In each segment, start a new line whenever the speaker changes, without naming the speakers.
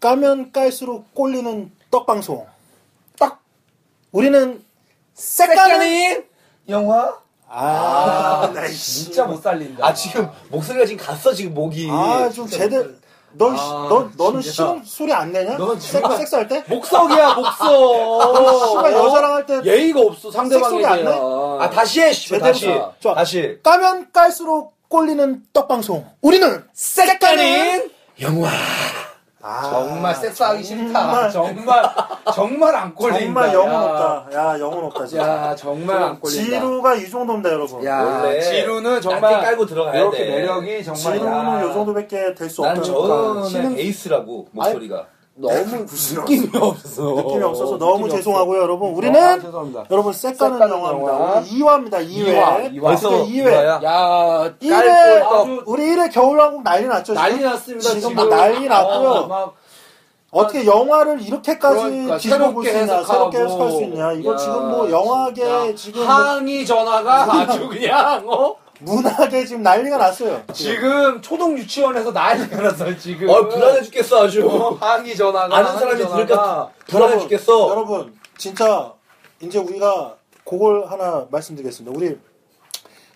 까면 깔수록 꼴리는 떡방송. 떡! 우리는 색깔이!
영화?
아, 나 씨.
진짜 못 살린다.
아 지금 목소리가 지금 갔어 지금 목이.
아, 좀 제대로. 넌, 씨-
아,
너, 너는
진짜.
싫은 소리 안 내냐?
넌
섹,
정말-
섹스할 때?
목석이야 목석.
씨발, 여자랑 할때
뭐? 예의가 그 없어 상대방에
색소리 안
대한.
아 다시 해. 씨발,
제대로
다시.
가. 좋아.
다시.
까면 깔수록 꼴리는 떡방송. 우리는 색깔인!
영화.
정말 섹스하기 싫다. 정말 정말 안 꼴린다.
정말 영혼
야.
없다. 야, 영혼 없다, 진짜.
야 정말 안 꼴린다.
지루가 이 정도입니다, 여러분.
야
원래
지루는
얇게
정말
깔고 들어가야
이렇게
돼.
매력이 정말.
지루는
야.
요 정도밖에 될 수
난
없다.
저는
신흥-
에이스라고 목소리가.
너무 무슨
느낌이 없어.
느낌이 없어서 너무
느낌이
죄송하고요, 여러분.
아,
우리는
죄송합니다.
여러분 색가는
색가는
영화입니다.
영화.
우리 2화입니다. 2회.
이화, 이화. 벌써
이회
야
1회
깔고
우리 1회 겨울왕국 난리 났죠. 지금?
난리 났습니다.
지금
지금,
난리 났고요.
어, 막
어떻게 영화를 이렇게까지
그러니까
뒤집어 볼 수
새롭게
있냐,
해석하고.
새롭게 해석할 수 있냐. 이거
야,
지금 뭐 영화계
진짜.
지금 뭐
항의 전화가 아주 그냥 어
문학에 지금 난리가 났어요.
지금 초등 유치원에서 난리가 났어 지금.
어 불안해 죽겠어
어,
아주.
항의 전화가
아는
항의
사람이
전화가.
들을까 불안해 죽겠어.
여러분, 진짜 이제 우리가 그걸 하나 말씀드리겠습니다. 우리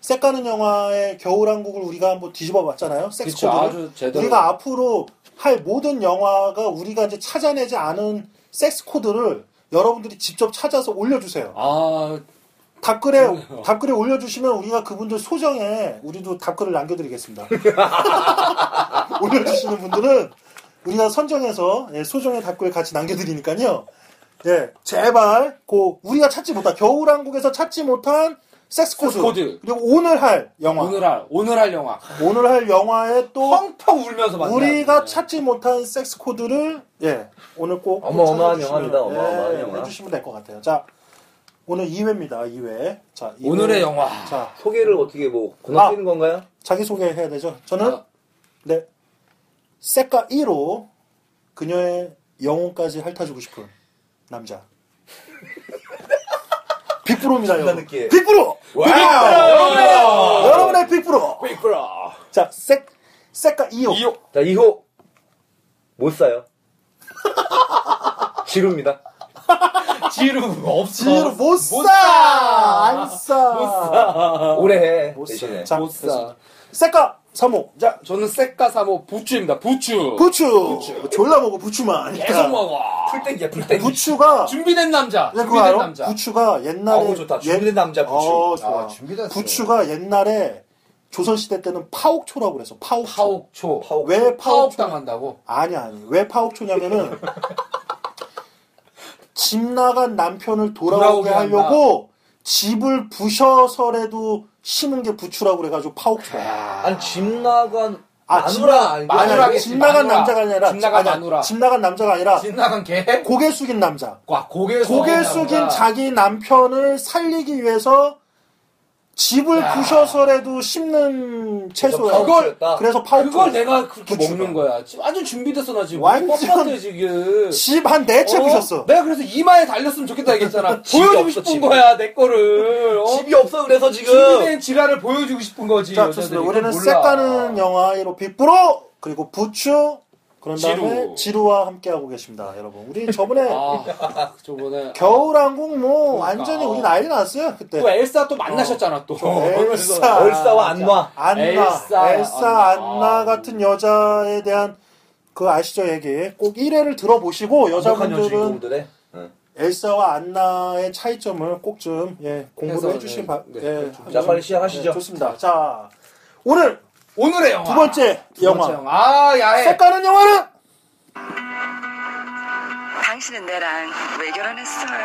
색가는 영화의 겨울왕국을 우리가 한번 뒤집어 봤잖아요.
그쵸,
섹스코드를.
아주 제대로.
우리가 앞으로 할 모든 영화가 우리가 이제 찾아내지 않은 섹스 코드를 여러분들이 직접 찾아서 올려주세요.
아,
답글에 답글에 올려주시면 우리가 그분들 소정에 우리도 답글을 남겨드리겠습니다. 올려주시는 분들은 우리가 선정해서 예, 소정의 답글 같이 남겨드리니까요. 예, 제발 고 우리가 찾지 못한 겨울왕국에서 찾지 못한 섹스 코드,
섹스 코드.
그리고 오늘 할 영화 오늘,
오늘 할 오늘 할 영화.
할 영화에 또
펑펑 울면서 봤다.
우리가 찾지 못한 섹스 코드를 예 오늘 꼭 찾아주시면,
어마어마한
예,
영화입니다. 어마어마한 영화.
해주시면 될 것 같아요. 자 오늘 2회입니다. 2회 자 2회.
오늘의 영화.
자
소개를 어떻게 뭐 건너뛰는 건가요?
자기 소개해야 되죠. 저는
아.
네 색가 1호 그녀의 영혼까지 핥아주고 싶은 남자 빅브로입니다.
존나
여러분.
느끼해.
빅브로
와우!
여러분의 빅브로
빅브라.
자색 색가 2호
이호.
자 2호 못 사요. 지루입니다.
지루 없어.
지로 못 사! 안 사! 못
오래 해
못
대신에.
사.
못 사.
색가 3호.
자, 저는 색가 사모 부추입니다. 부추.
부추! 졸라 먹어, 부추만.
계속 먹어.
풀땡기야 풀땡기.
부추가,
준비된 남자.
그냥 그거
준비된
알아?
남자.
부추가 옛날에.
어우 좋다. 준비된 남자 부추.
어, 좋아.
아, 준비됐어.
부추가 옛날에 조선시대 때는 파옥초라고 그래서 파옥초.
파옥초.
파옥.
왜
파옥
파옥초?
당한다고.
아니, 아니. 왜 파옥초냐면은, 집 나간 남편을 돌아오게
돌아오게 한다.
하려고 집을 부셔서라도 심은 게 부추라고 그래가지고 파옥초야.
아니 집 나간
아,
마누라 아니
마- 마누라
아니,
하겠지,
집 나간
마누라.
남자가 아니라
집 나간
아니야,
마누라.
집 나간 남자가 아니라
신나간 개.
고개 숙인 남자.
와, 고개 숙인
고개 숙인
어, 남자.
자기 남편을 살리기 위해서 집을 부셔서라도 심는 채소야.
그걸-
그래서 파우치.
그걸 내가 그렇게
부추가.
먹는 거야. 지금 완전 준비됐어 나 지금.
완전-
뻣뻣해 지금.
집한 네 채
어?
부셨어.
내가 그래서 이마에 달렸으면 좋겠다 얘기했잖아.
집이
보여주고
없어,
싶은
집이.
거야 내 거를. 어?
집이 없어 그래서 지금
준비된 지랄을 보여주고 싶은 거지.
자,
여자들이.
좋습니다. 우리는
몰라.
색가는 영화로 빅브로 그리고 부추 그런 다음에
지루.
지루. 와 함께 하고 계십니다, 여러분. 우리 저번에
아, 저번에.
겨울왕국 뭐
그러니까.
완전히 우리 난리 났었어요 그때.
또 엘사 또 만나셨잖아 또.
네. 어, 엘사.
얼싸와 안놔
안나, 엘사,
엘사, 아.
안나
안나.
같은 여자에 대한 그 아시죠 얘기 꼭 1회를 들어보시고
완벽한
여자분들은
여주인공들의 응.
엘사와 안나의 차이점을 꼭 좀 예, 공부를
해서,
해주신
네,
바
네,
예,
자
좀-
빨리 시작하시죠
예, 좋습니다 자 오늘
오늘의 영화.
두 번째
아, 두 번째
영화 네.
영화. 아, 야해.
색깔은 영화는
당신은 내랑 왜 결혼했어요?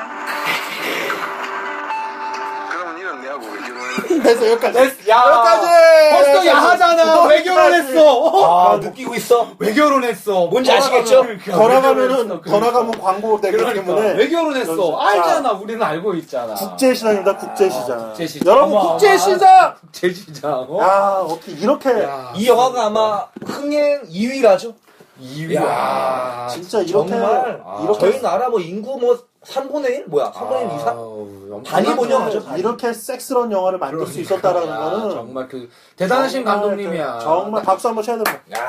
그러면 이런 내하고 왜 결혼했는데?
그래서 여기까지
됐- 야.
여기까지
벌써 네. 야하잖아. 왜
여기까지.
결혼했어? 어?
뭐.
아 느끼고 있어
왜 결혼했어?
뭔지 아시겠죠?
더 나가면은 더 나가면 광고 되기
그러니까
때문에
왜 결혼했어?
자,
알잖아. 우리는 알고 있잖아.
국제시장입니다 국제시장,
아, 국제시장.
여러분
어마어마한-
국제시장
제시장. 어?
야 어떻게 이렇게
야.
이 영화가 아마 흥행 2위라죠
야.
진짜 이렇게
정말
아.
이렇게 아,
저희 나라 뭐 인구 뭐 3분의 1 뭐야 3분의 1 이상
아우,
단위 번영하죠 단위.
이렇게 섹스런 영화를 만들 수 있었다라는
그러니까. 야,
거는 아, 네,
정말 그 대단하신
정말
감독님이야.
그- 정말 박수 한번 쳐야 됩니다.
야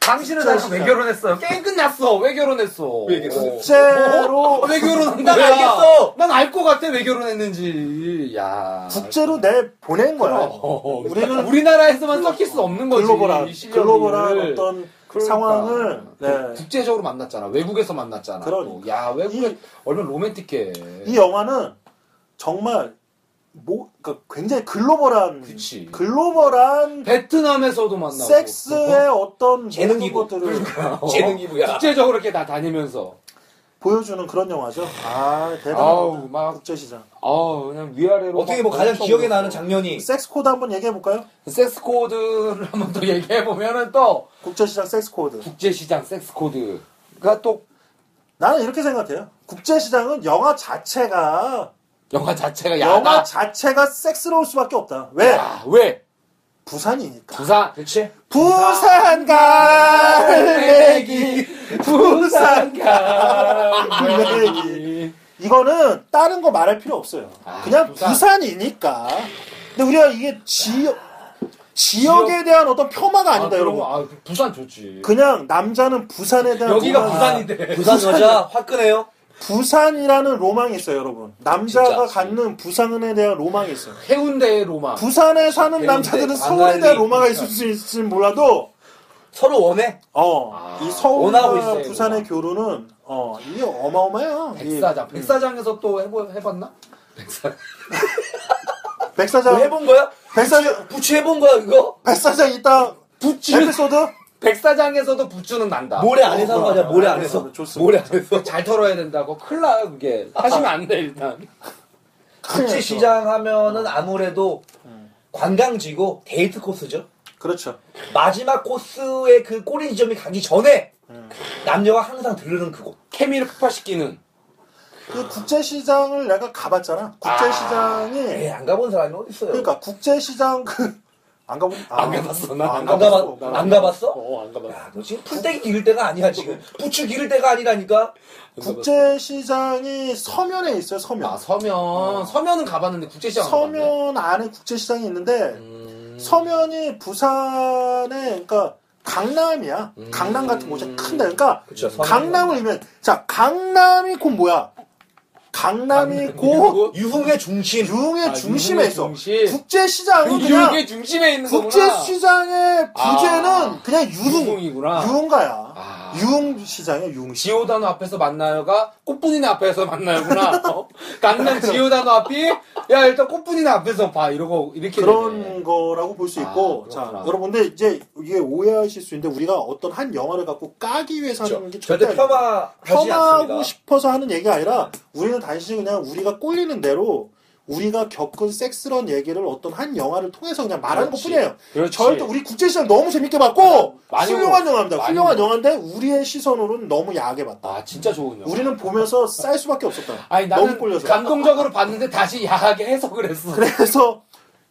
당신은 나랑 왜 결혼했어요? 게임 끝났어. 왜 결혼했어?
왜 결혼했어?
국제로
어, 왜 결혼한 거야?
왜 알겠어?
난알것 같아. 왜 결혼했는지. 야.
국제로 내 보낸 거야.
어,
우리는
우리나라에서만 섞일 수 없는 거지.
글로벌한
이 실력을.
글로벌한 어떤
그러니까.
상황을 네.
국제적으로 만났잖아. 외국에서 만났잖아.
그러니까.
또. 야, 외국에
이-
얼마나 로맨틱해.
이 영화는 정말 뭐 그러니까 굉장히 글로벌한
그치.
글로벌한
베트남에서도 만나고 그러니까. 어,
섹스의 어떤 모든
재능이고. 그러니까.
것들을
재능 기부야.
국제적으로 이렇게 다 다니면서
보여주는 그런 영화죠. 아
아우
대단한
막
국제 시장.
아우 그냥 위아래로
어떻게
막
뭐 가장
엄청
기억에
울었어.
나는 장면이
섹스 코드 한번 얘기해 볼까요?
섹스 코드를 한번 또 얘기해 보면은 또
국제 시장 섹스 코드.
국제 시장 섹스 코드가 그러니까 또
나는 이렇게 생각해요. 국제 시장은 영화 자체가
영화 자체가
영화
야나
자체가 섹스러울 수밖에 없다. 왜?
야, 왜
부산이니까.
부산
그렇지?
부산 갈매기.
부산
갈매기. 이거는 다른 거 말할 필요 없어요.
아,
그냥
부산.
부산. 이니까 근데 우리가 이게 지역 지역에 대한 어떤 폄하가 아니다, 여러분.
아, 부산 좋지
그냥 남자는 부산에 대한
여기가
로망이-
부산인데
아, 부산 여자 화끈해요.
부산이라는 로망이 있어요, 여러분. 남자가
진짜.
갖는 부산에 대한 로망이 있어요.
아, 해운대의 로마
부산에 사는 남자들은 서울에 대한
광안리.
로망이
그러니까.
있을 수 있을지 몰라도
서로 원해.
어,
아,
이
원하고
서울과
있어요,
부산의
로망.
교류는 어, 이게 어마어마해요. 이 음,
백사장 백사장에서 또 해보, 해봤나?
뭐
백사장
뭐
해본 거야?
백사장
부추 해본 거야 그거?
백사장 이따
부츠
에피소드
백사장에서도 부츠는 난다
모래 안에서 한 거야. 모래 안에서.
아, 좋습니다. 그렇죠.
모래 안에서.
잘 털어야 된다고 큰일 나요 그게 하시면 안 돼 일단
큰일
국제
났죠.
시장 하면은 아무래도
음.
관광지고 데이트 코스죠.
그렇죠.
마지막 코스의 그 꼬리 지점이 가기 전에
음.
남녀가 항상 들르는 그곳.
케미를 폭파시키는
그 국제 시장을 내가 가봤잖아. 국제 시장이
아,
에이,
예.
안 가본 사람이 어디 있어요?
그러니까 국제 시장 그안 가본 아,
안 가봤어, 나.
안
안
가봤어.
가봤 안 가봤어?
어 안 가봤어
야, 너 지금 풀떼기 기를 때가 아니야 지금. 부추 기를 때가 아니라니까.
국제 시장이 서면에 있어요. 서면.
아 서면 서면은 가봤는데 국제시장 안 가봤네.
서면 안에 국제 시장이 있는데
음.
서면이 부산에 그러니까 강남이야.
음.
강남 같은 곳이 큰데 그러니까
그쵸, 서면.
뭐.
강남을 이면 자 강남이 곧 뭐야? 강남이 곧
유흥의 중심.
유흥의
아,
중심에
유흥의
있어.
중심.
국제 시장은 그냥
유혹의 중심에 있는
아, 국제
거구나
시장의 부재는
아,
그냥 유흥
유흥이구나.
유흥가야.
아.
유흥 시장이야 유흥 시장.
지오다노 앞에서 만나요가 꽃분이네 앞에서 만나요구나 어? 강남 지오다노 앞이 야 일단 꽃분이네 앞에서 봐 이러고 이렇게
그런
되네.
거라고 볼 수
아,
있고 자
그렇구나.
여러분들 이제 이게 오해하실 수 있는데 우리가 어떤 한 영화를 갖고 까기 위해서 하는 게 절대
그렇죠. 절대
아니에요.
폄하하지
폄하하고
않습니다.
싶어서 하는 얘기가 아니라 우리는 단순히 그냥 우리가 꼴리는 대로 우리가 겪은 섹스런 얘기를 어떤 한 영화를 통해서 그냥 말하는
그렇지.
것뿐이에요.
그렇지.
절대 우리 국제시장 너무 재밌게 봤고
많이
훌륭한
울었어.
영화입니다.
많이
훌륭한
울었어.
영화인데 우리의 시선으로는 너무 야하게 봤다.
아 진짜 좋은 영화
우리는 보면서 쌀 수밖에 없었다.
아니
너무
나는
꼴려서.
감동적으로 봤는데 다시 야하게 해석을 했어
그래서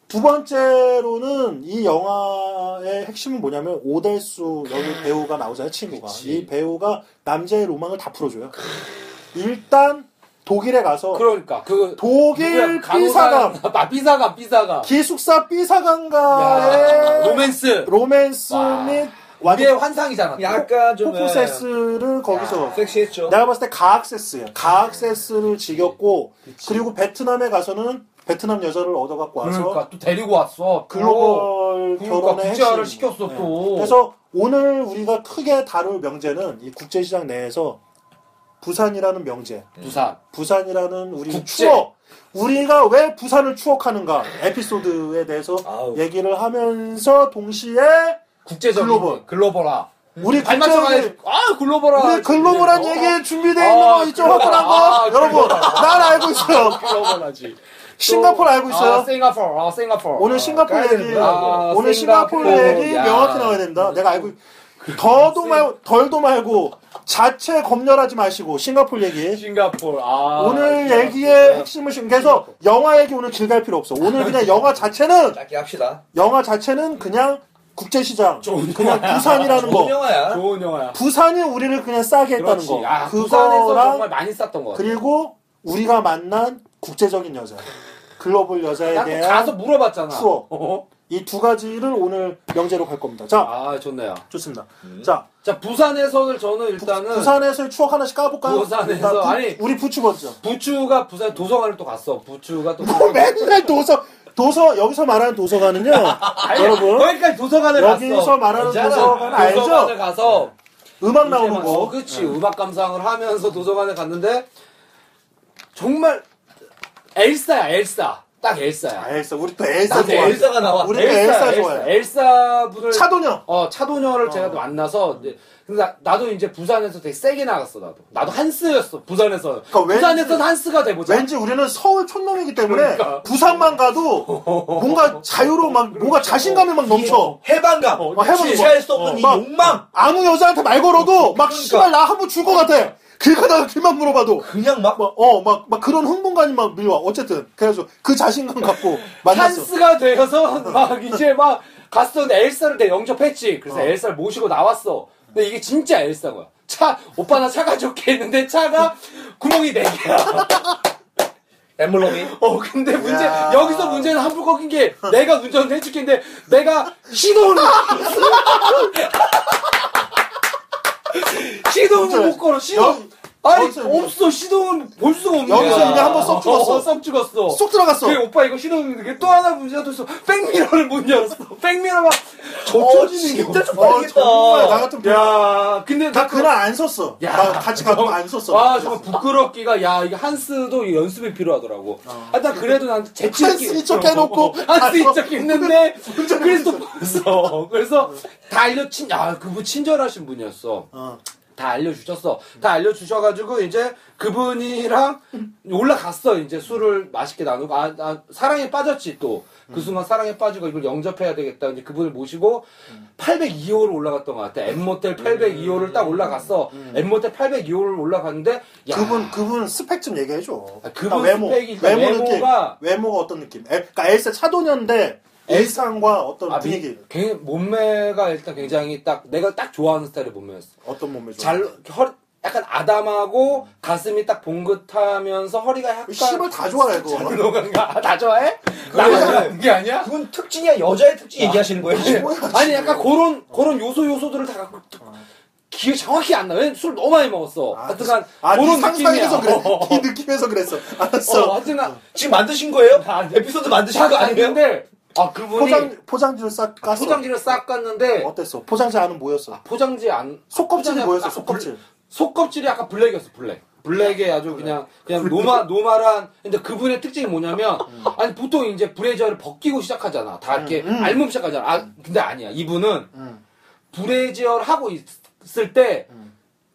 두 번째로는 이 영화의 핵심은 뭐냐면 오달수 여기 배우가 나오잖아요 친구가
그치.
이 배우가 남자의 로망을 다 풀어줘요. 일단 독일에 가서
그러니까 그
독일
누구야? 강호상-
삐사강
아 삐사감 삐사감
기숙사 아, 예.
야,
삐사강가의
로맨스
로맨스
와.
및
우리의
완전
환상이잖아 또.
약간 좀
어, 폭포
네.
섹스를 거기서
예, 섹시했죠.
내가 봤을 때 가학 섹스야. 가학 섹스를 지겼고 그리고 베트남에 가서는 베트남 여자를 얻어갖고 와서
그러니까 또 데리고 왔어 또.
글로벌
그러니까
결혼의
국제화를
핵심. 네.
시켰어, 또.
그래서 오늘 우리가 크게 다룰 명제는 이 국제시장 내에서 부산이라는 명제,
부산
부산이라는 우리
국제.
추억, 우리가 왜 부산을 추억하는가 에피소드에 대해서
아우.
얘기를 하면서 동시에
국제적인
글로벌.
글로벌화
우리
음. 발 맞춰가야
국제적인
아 글로벌화
우리 글로벌한
어,
얘기에 준비되어
아,
있는 거 있죠,
글로벌.
화끈한 거?
아,
여러분, 난 알고 있어요.
글로벌하지
아, 싱가포르 알고 있어요.
아 싱가포르 아 싱가포르
오늘
까야
싱가포르 얘기,
어, 되는구나.
아,
오늘 싱가포르
싱가포르.
얘기
야. 아,
명확히 나와야 됩니다. 내가 알고, 더도 말고, 덜도 말고, 자체 검열하지 마시고, 싱가포르 얘기.
싱가포르 아
오늘
싱가포르.
얘기의 핵심을, 심- 그래서 영화 얘기 오늘 길게 할 필요 없어. 오늘 그냥 영화 자체는,
짧게 합시다.
영화 자체는 그냥 국제시장,
좋은
그냥 부산이라는
좋은
거.
영화야.
좋은 영화야
부산이 우리를 그냥 싸게 했다는
그렇지
거.
아, 부산에서 정말
그거랑,
많이 쌌던 거 같아
그리고 우리가 만난 국제적인 여자, 글로벌 여자에
나또
대한
그 가서 물어봤잖아
추억.
어?
이 두 가지를 오늘 명제로 갈 겁니다. 자,
아 좋네요
좋습니다. 자,
자, 부산에서는 저는 일단은
부산에서의 추억 하나씩 까볼까요?
부산에서,
일단 부-
아니.
우리 부추 먼저.
부추가 부산 도서관을 또 갔어. 부추가 또
뭐 맨날 도서 도서 여기서 말하는 도서관은요, 여러분
거기까지 도서관을
여기서
갔어.
말하는
알잖아.
도서관 알죠?
도서관을 가서
음악
나오는
나오는
거.
거.
그치. 음악 감상을 하면서 도서관에 갔는데 정말 엘사야, 엘사. 딱 엘사야.
아, 엘사 우리 또 엘사
나도
좋아.
엘사
엘사가 나와.
우리 또 엘사
엘사,
좋아해.
엘사 분을
차도녀.
어, 차도녀를 제가 또 만나서, 이제, 근데 나- 나도 이제 부산에서 되게 세게 나갔어, 나도. 나도 한스였어, 부산에서.
그러니까 왠지-
부산에서는 한스가 돼보자.
왠지 우리는 서울 촌놈이기 때문에
그러니까.
부산만 가도 뭔가 자유로 막 뭔가 자신감이 막 넘쳐.
해방감.
어, 해방감.
주체할 수 없는
어.
이
막-
욕망.
아무 여자한테 말 걸어도 막
그러니까.
씨발 나 한 번 줄 것 같아. 길 가다가 길만 물어봐도
그냥 막
막 어 막 막 그런 흥분감이 막 밀려. 어쨌든 그래서 그 자신감 갖고 만났어.
한스가 되어서 막 이제 막 갔어. 근데 엘사를 내가 영접했지. 그래서
어.
엘사를 모시고 나왔어. 근데 이게 진짜 엘사인 거야. 차, 오빠 나 차가 좋게 했는데 차가 구멍이 4개야.
엠블럼이.
어, 근데 문제,
야.
여기서 문제는 한풀 꺾인 게 내가 운전을 해줄게인데 내가 시동을, 시동을 못 걸어, 시동. 아니,
여기서 이제-
없어. 시동은 볼 수가 없는 거야.
여기서 이제 한번 썩 죽었어.
어, 썩 죽었어.
쏙 들어갔어.
그게 오빠 이거 신었는데 그게 또 하나 문제가 또 있어. 백미러를 못 열었어. 백미러가 젖혀지는 게.
진짜
없어.
어,
쪽팔리겠다.
정말 나 같은
야, 근데
나
나
그날 안 썼어.
야.
나 같이 가고 안 썼어.
아, 정말 부끄럽기가, 야, 이게 한스도 이 연습이 필요하더라고. 아, 난 그래도 난 재치 있게. 어,
한스 이쪽 해놓고
한스
가서
이쪽 했는데, 그래서 또 봤어. 그래서 다 알려친, 야, 그분 친절하신 분이었어.
어.
다 알려주셨어. 다 알려주셔가지고 이제 그분이랑 올라갔어. 이제 술을 맛있게 나누고 아, 아, 사랑에 빠졌지 또. 그
음.
순간 사랑에 빠지고 이걸 영접해야 되겠다. 이제 그분을 모시고 802호를 올라갔던 것 같아. M 모텔
음.
802호를 딱 올라갔어. M 모텔 802호를 올라갔는데 야,
그분 그분 스펙 좀 얘기해 줘.
아, 그분 스펙이 일단 외모가-
느낌. 외모가 어떤 느낌? 엘, 그러니까 엘사 차도녀인데 엘상과 어떤
아, 미-
분위기
굉장히 몸매가 일단 굉장히 딱 내가 딱 좋아하는 스타일의 몸매였어.
어떤 몸매 좋아?
잘 허리 약간 아담하고 가슴이 딱 봉긋하면서 허리가 약간
어, 씨발 다 좋아해 그거.
그런가? 다 좋아해?
나만
나만
좋아하는
게 아니야?
그건 특징이야. 여자의 특징 얘기하시는 거예요. 지금.
아니 약간 그런 그런 요소 요소들을 다 갖고 기억 정확히 안 나. 왜술 너무 많이 먹었어. 하여튼간
아. 아, 네
그런
상상에서
느낌이야.
그래. 네 느낌에서 그랬어. 알았어.
어, 하여튼간
지금 만드신 거예요?
아, 아니요.
에피소드 만드신 거 아니에요?
아닌데 아 그분이 포장,
포장 포장지를 싹 깠어.
포장지를 싹 깠는데
어땠어? 포장지 안은 뭐였어?
포장지 안
속껍질이
포장지 아,
뭐였어?
안-
속껍질.
속껍질이 약간 블랙이었어 블랙 블랙에 아주 그냥 그냥 노마 노말한 근데 그분의 특징이 뭐냐면 아니 보통 이제 브레이저를 벗기고 시작하잖아 다 이렇게
음.
알몸 시작하잖아 아 근데 아니야 이분은
음.
브레이저를 하고 있- 있을 때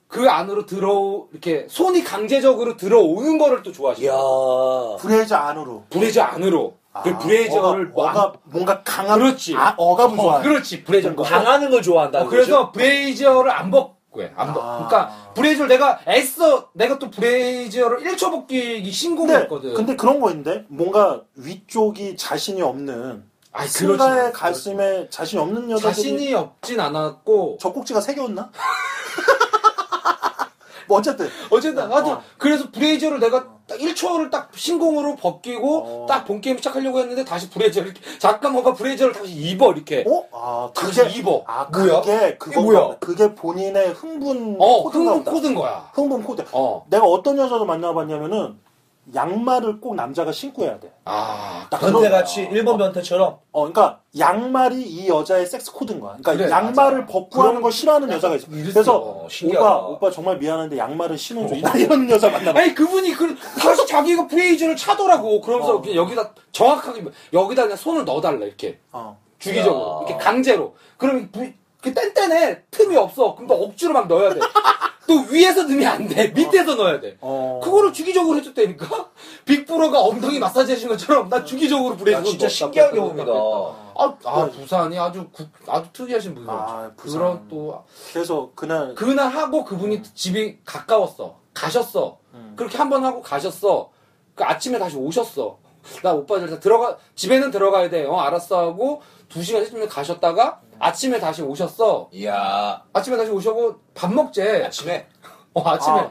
그 안으로 들어 이렇게 손이 강제적으로 들어오는 거를 또
이야.
좋아하시고
브레이저 안으로.
브레이저 안으로 그
아,
브레이저를
어가, 음.
막-
어가- 뭔가 강압.
그렇지.
아, 어감을
어,
좋아해.
그렇지 브레이저
강하는 걸 좋아한다는 거죠?
어, 그래서 브레이저를 안 벗고 해. 안 벗.
아.
그러니까 브레이저를 내가 애써 내가 또 브레이저를 1초 벗기기
근데,
신공했거든.
네. 근데 그런 거 있는데 뭔가 위쪽이 자신이 없는
아니, 그러진 않아.
승가의 가슴에 자신이 없는 여자들이
자신이 없진 않았고
젖꼭지가 세 개였나? 뭐 어쨌든
어쨌든 하여튼
어.
그래서 브레이저를 내가 딱 1초를 딱 신공으로 벗기고
어.
딱 본 게임 시작하려고 했는데 다시 브레이저를 이렇게 잠깐 뭔가 브레이저를 다시 입어 이렇게
어? 아
다시
그게
입어.
아
뭐야?
그게
이게 뭐야?
그거 그게 본인의 흥분
어
코드인가
흥분
보다.
코드인 거야.
흥분 코드.
어.
내가 어떤 여자를 만나봤냐면은 양말을 꼭 남자가 신고 해야 돼.
아.
딱 그런 거야.
변태같이 일본 변태처럼
어, 그러니까 양말이 이 여자의 섹스 코드인 거야. 그러니까
그래,
양말을
맞아.
벗고 하는 걸 싫어하는 여자가 있어.
이랬어.
그래서
어,
신기하다.
오빠 오빠 정말 미안한데 양말은 신어줘. 이런 여자 만나봐.
아니 그분이 그 다시 자기가 브레이저를 차더라고.
어.
그러면서 그냥 여기다 정확하게 여기다 그냥 손을 넣어달라 이렇게.
어.
주기적으로
야.
이렇게 강제로 그럼 부- 그 뗀뗀해 틈이 없어 그럼 또 억지로 막 넣어야 돼 또 위에서 넣으면 안돼 밑에서 넣어야 돼
어.
그거를 주기적으로 해줬다니까 빅브로가 엉덩이 마사지 해준 것처럼 나 주기적으로 브레이크
야, 진짜 신기한 경험이다.
아, 아 부산이 아주 국- 아주 특이하신 분이죠
아, 부산.
그런 또
그래서 그날
그날 하고 그분이 집이 가까웠어 가셨어 그렇게 한 번 하고 가셨어 그 아침에 다시 오셨어 나 오빠들 다 들어가 집에는 들어가야 돼어 알았어 하고 두 시간 쯤에 가셨다가 아침에 다시 오셨어
이야
아침에 다시 오셔고 밥 먹재
아침에
어 아침에
아.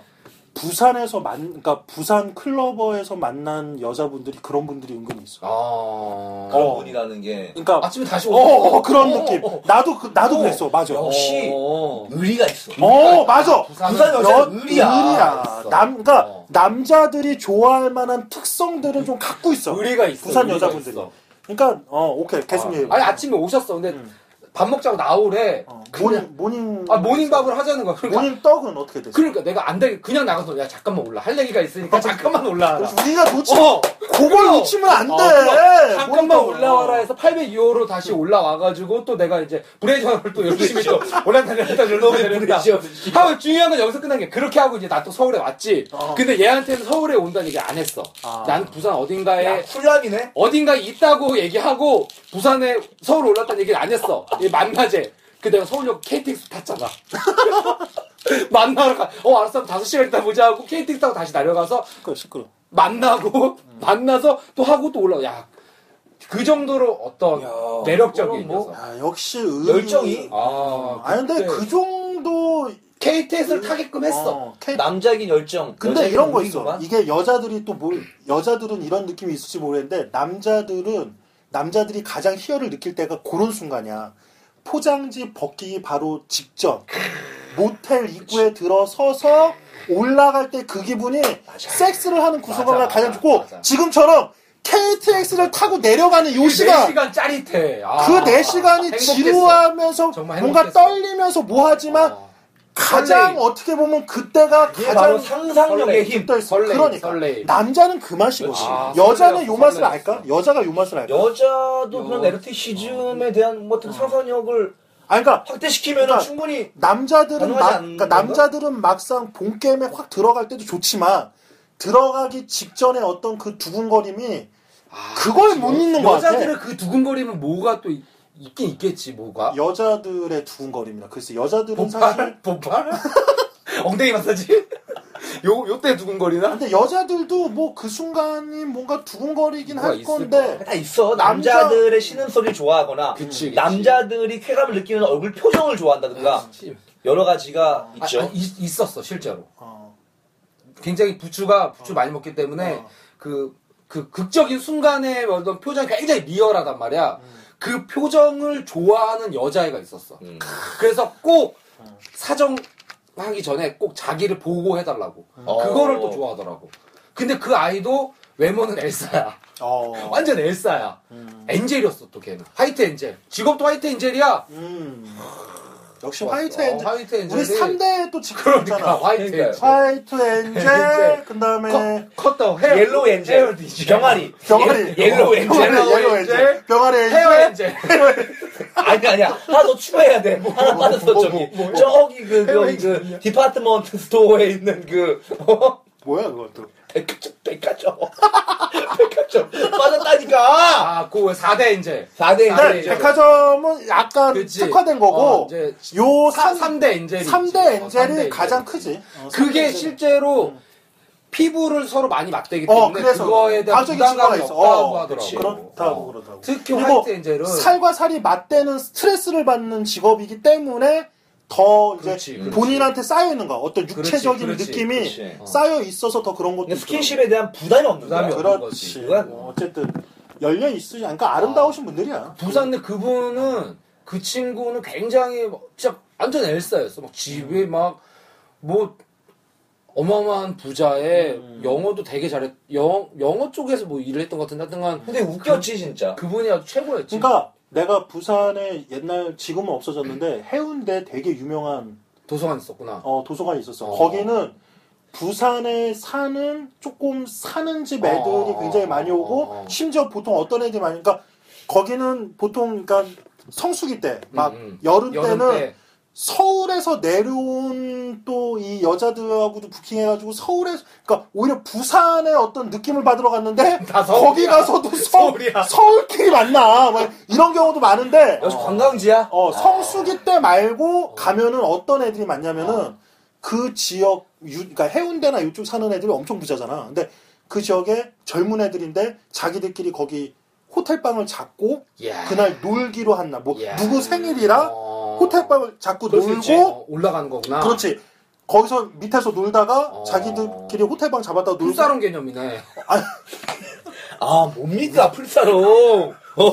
부산에서 만, 그러니까 부산 클러버에서 만난 여자분들이 그런 분들이 은근히 있어.
아.
그런
어.
분이라는 게
그러니까
아침에 다시
어,
오.
어, 그런 느낌. 나도 그, 나도
어.
그랬어. 맞아.
야.
어,
역시.
어.
의리가 있어.
맞아.
부산은
부산 여자
여-
의리야.
의리야. 남, 그러니까
어.
남자들이 좋아할 만한 특성들을 좀 갖고 있어.
의리가 있어.
부산
의리가
여자분들이.
있어.
그러니까 어, 오케이. 계속 얘기해. 어,
아니 아침에 오셨어. 근데 밥 먹자고 나오래. 그냥
모닝 모닝
아 모닝밥을 하자는 거야. 그러니까,
모닝 떡은 어떻게 됐어?
그러니까 내가 안 되게 그냥 나가서 야 잠깐만 올라 할 얘기가 있으니까 잠깐만 올라와라.
우리가 놓치
어.
그걸
그럼.
놓치면 안 돼.
어, 그럼 잠깐만
모닝 떡은. 어.
올라와라 해서 802호로 다시 올라와가지고 또 내가 이제 브레이저를 또 열심히 또 올라다 내렸다
너무
내렸다 내렸다
의리죠.
아, 하고 중요한 건 여기서 끝난 게 그렇게 하고 이제 나 또 서울에 왔지
어.
근데 얘한테는 서울에 온다는 얘기 안 했어
아.
난 부산 어딘가에
야, 쿨남이네.
어딘가에 있다고 얘기하고 부산에 서울 올랐다는 얘기를 안 했어. 이 만나제. 그 내가 서울역 KTX 탔잖아. 만나러 가. 어 알았어. 그럼 5시간 있다 보자 하고 KTX 타고 다시 내려가서
시끄러 시끄러.
만나고 만나서 또 하고 또 올라와. 야. 그 정도로 어떤
야, 그럼
매력적인
뭐.
녀석.
야, 역시 의리.
열정이?
아,
아니 근데 그 정도
KTX를 타게끔 했어.
어, 케-
남자긴 열정.
근데
여자긴
이런 거 있어.
의리구만.
이게 여자들이 또 뭘, 여자들은 이런 느낌이 있을지 모르겠는데, 남자들은, 남자들이 가장 희열을 느낄 때가 그런 순간이야. 포장지 벗기기 바로 직전. 모텔 입구에 들어서서 올라갈 때 그 기분이 섹스를 하는 구성원을
맞아,
가장
맞아,
좋고,
맞아. 네
지금처럼 KTX를 타고 내려가는 요네 시간.
4시간 짜릿해. 아,
그 4시간이
행복했어.
지루하면서
정말
뭔가
행복했어.
떨리면서 뭐하지만
아,
가장
설레임.
어떻게 보면 그때가
이게 바로
가장
상상력의
설레임.
힘.
또 있어.
설레임,
그러니까
설레임.
남자는 그 맛이거든.
그렇지. 아,
여자는
설레였어,
요 맛을
설레였어.
알까? 여자가 요 맛을 알까?
여자도
여-
그런
어.
에로티시즘에 대한 뭐 어떤 상상력을
아, 그러니까
확대시키면
그러니까-
충분히
남자들은
가능하지
막
않는
그러니까
건가?
남자들은 막상 본 게임에 확 들어갈 때도 좋지만 들어가기 직전에 어떤 그 두근거림이
아.
아, 그걸 못 잊는 거 같아.
여자들의 그 두근거림은 뭐가 또 있- 있긴 있겠지 뭐가.
여자들의 두근거림이라. 글쎄 여자들은 사실 아.
본팔? 본팔? 엉덩이 마사지? 요, 요때
음,
두근거리나?
근데 여자들도 뭐 그 순간이 뭔가 두근거리긴
뭐가
할
있을
건데
다 있어.
남자-
남자들의 신음소리를 좋아하거나
그치, 그치.
남자들이 쾌감을 느끼는 얼굴 표정을 좋아한다든가 여러 가지가
아,
있죠.
아, 있, 있었어 실제로.
어.
굉장히 부추가 부추 많이 먹기 때문에
어.
그, 그 극적인 순간의 어떤 표정이 굉장히 리얼하단 말이야. 그 표정을 좋아하는 여자애가 있었어.
음.
그래서 꼭 사정 하기 전에 꼭 자기를 보고 해달라고.
어.
그거를 또 좋아하더라고. 근데 그 아이도 외모는 엘사야.
어.
완전 엘사야.
음.
엔젤이었어 또 걔는. 화이트 엔젤. 직업도 화이트 엔젤이야.
음. 역시
좋았어.
화이트 엔젤.
어, 화이트 엔젤이.
우리 3대 또
그러니까
직관했잖아.
화이트
그러니까요.
엔젤.
화이트 엔젤,
엔젤.
그 다음에
컷더 헤어.
옐로우 엔젤, 병아리, 예,
병아리. 어,
옐- 옐로우 엔젤,
병아리, 옐로우
예, 옐로우
엔젤,
엔젤.
병아리
헤어
엔젤.
엔젤.
아니 아니야 하나 더 추가해야 돼 하나 빠졌어
뭐,
저기
뭐, 뭐, 뭐.
저기 그 저기
헤어지냐?
그 디파트먼트 스토어에 있는 그 어?
뭐야 그것도.
백화점 백화점 백화점 빠졌다니까
아, 그 4대 엔젤.
4대
아,
근데
네,
백화점은 약간
그치.
특화된 거고
어, 이제
요 3,
3, 대 엔젤이. 있지. 어,
3대
삼대
엔젤이
엔젤.
가장 크지. 어, 삼대
그게
엔젤이. 음.
실제로 피부를 서로 많이 맞대기 때문에
어 그래서
그거에 대한
과적인 친구가
부담감이
있어.
없다고
어,
하더라고.
그치. 그렇다고
어.
그러더라고.
특히
그리고
화이트 엔젤은
살과 살이 맞대는 스트레스를 받는 직업이기 때문에 더 이제
그렇지, 그렇지.
본인한테 쌓여 있는 거 어떤
그렇지,
육체적인
그렇지,
느낌이
그렇지.
어.
쌓여 있어서 더 그런 것도
근데
있더라고.
스킨십에 대한 부담이 없는 거야
부담이 없는
그렇지.
거지.
그건-
뭐 어쨌든 열려 있으시, 그러니까 아름다우신
어.
분들이야.
부산 근데 그분은 그 친구는 굉장히 막 진짜 완전 엘사였어. 막
음.
집에 막 뭐 어마어마한 부자에
음.
영어도 되게 잘했 영 영어 쪽에서 뭐 일을 했던 것 같은데 하여튼간
근데 웃겼지 진짜
그분이 아주 최고였지.
그러니까 내가 부산에 옛날 지금은 없어졌는데 해운대 되게 유명한
도서관 있었구나.
어, 도서관이 있었어.
어.
거기는 부산에 사는 조금 사는 집 애들이
어.
굉장히 많이 오고
어.
심지어 보통 어떤 애들이 많이 그러니까 거기는 보통 그러니까 성수기 때 막
음, 음.
여름 때는
여름 때.
서울에서 내려온 또 이 여자들하고도 부킹해가지고 서울에서 그러니까 오히려 부산의 어떤 느낌을 받으러 갔는데
다 서울이야.
거기 가서도 서울
서울이야.
서울끼리 만나 막 이런 경우도 많은데
역시 관광지야
어, 성수기 때 말고 가면은 어떤 애들이 많냐면은 그 지역 유, 그러니까 해운대나 이쪽 사는 애들이 엄청 부자잖아. 근데 그 지역에 젊은 애들인데 자기들끼리 거기 호텔방을 잡고
야.
그날 놀기로 한 날 뭐
야.
누구 생일이라
어.
호텔방을 잡고
그럴 수 있지.
놀고
어, 올라가는 거구나.
그렇지. 거기서 밑에서 놀다가
어.
자기들끼리 호텔방 잡았다가 놀고
풀사롱 개념이네.
아 뭡니까 풀사롱. 어,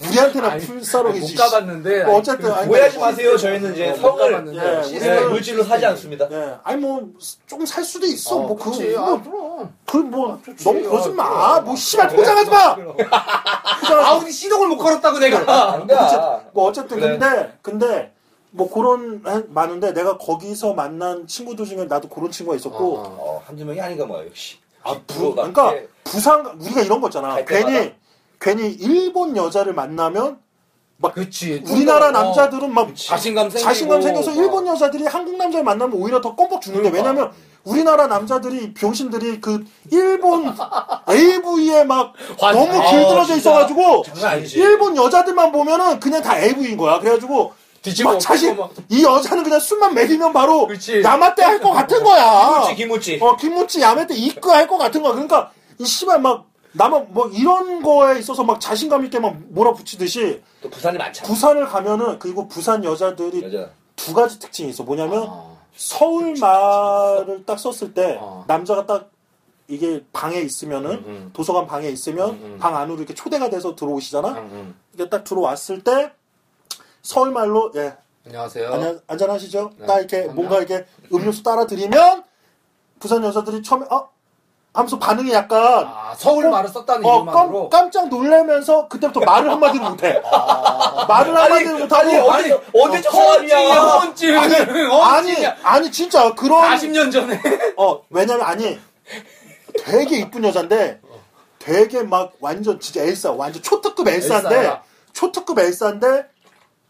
우리한테는
아니,
풀사롱이지.
못 가봤는데.
뭐 어쨌든 아니,
오해하지 마세요. 저희는 이제
어, 못
성을
가봤는데. 네.
예,
시세
우리는-
네, 물질로 사지 않습니다.
예, 아니 뭐 조금 살 수도 있어.
어,
뭐
그치.
그거
아, 그럼.
그뭐 너무 그러지
아,
마. 뭐 씨발 포장하지 마.
아, 우리 시동을 못 걸었다고 내가.
안 가.
뭐 어쨌든
그래.
근데 근데 뭐 그런 해- 많은데 내가 거기서 만난 친구들 중에 나도 그런 친구가 있었고
어, 어.
어, 한두 명이 아닌가 뭐야 역시.
아, 부,
부러워.
그러니까
예.
부산 우리가 이런 거 있잖아.
갈 때마다.
괜히 괜히 일본 여자를 만나면
그치.
우리나라
어.
좀 더,
남자들은 막
어, 그치. 자신감 생기고.
자신감 생겨서
어.
일본 여자들이 한국 남자를 만나면 오히려 더 껌뻑 죽는데
그러니까.
왜냐면 우리나라 남자들이 병신들이 그 일본 AV에 막
관-
너무
아,
길들어져
진짜.
있어가지고
장난 아니지.
일본 여자들만 보면은 그냥 다 AV인 거야. 그래가지고
뒤집어
막
엎고
자신
뭐
막.
이 여자는 그냥 술만 먹이면 바로
그치.
야마떼 할 것 같은 거야.
김치 김치.
어, 김무치 야매때 이끄 할 것 같은 거야. 그러니까, 이 씨발 막, 나만 뭐 이런 거에 있어서 막 자신감 있게 막 몰아붙이듯이
또 부산이 많잖아.
부산을 가면은, 그리고 부산 여자들이
예.
여자.
두 가지 특징이 있어. 뭐냐면,
어.
서울 말을 딱 썼을 때,
어.
남자가 딱 이게 방에 있으면은,
음, 음.
도서관 방에 있으면,
음, 음.
방 안으로 이렇게 초대가 돼서 들어오시잖아?
응, 응.
이게 딱 들어왔을 때, 서울 말로, 예,
안녕하세요.
안녕, 안전하시죠?
어. 네.
딱 이렇게
안녕.
뭔가 이렇게 음료수 따라 드리면 부산 여자들이 처음에 어? 하면서 반응이 약간
아, 서울 말을 썼다는
어,
이유만으로.
깜, 깜짝 놀라면서 그때부터 말을 한마디를 못해.
아.
말을 한마디를
아니
못하고
어디 어디
허언증이야,
처음이야.
허언증.
어,
아니,
허언증이야.
아니 진짜 그런
40년 전에.
어 왜냐면 아니 되게 이쁜 여잔데 되게 막 완전 진짜 엘사 완전 초특급 엘사인데
엘사야.
초특급 엘사인데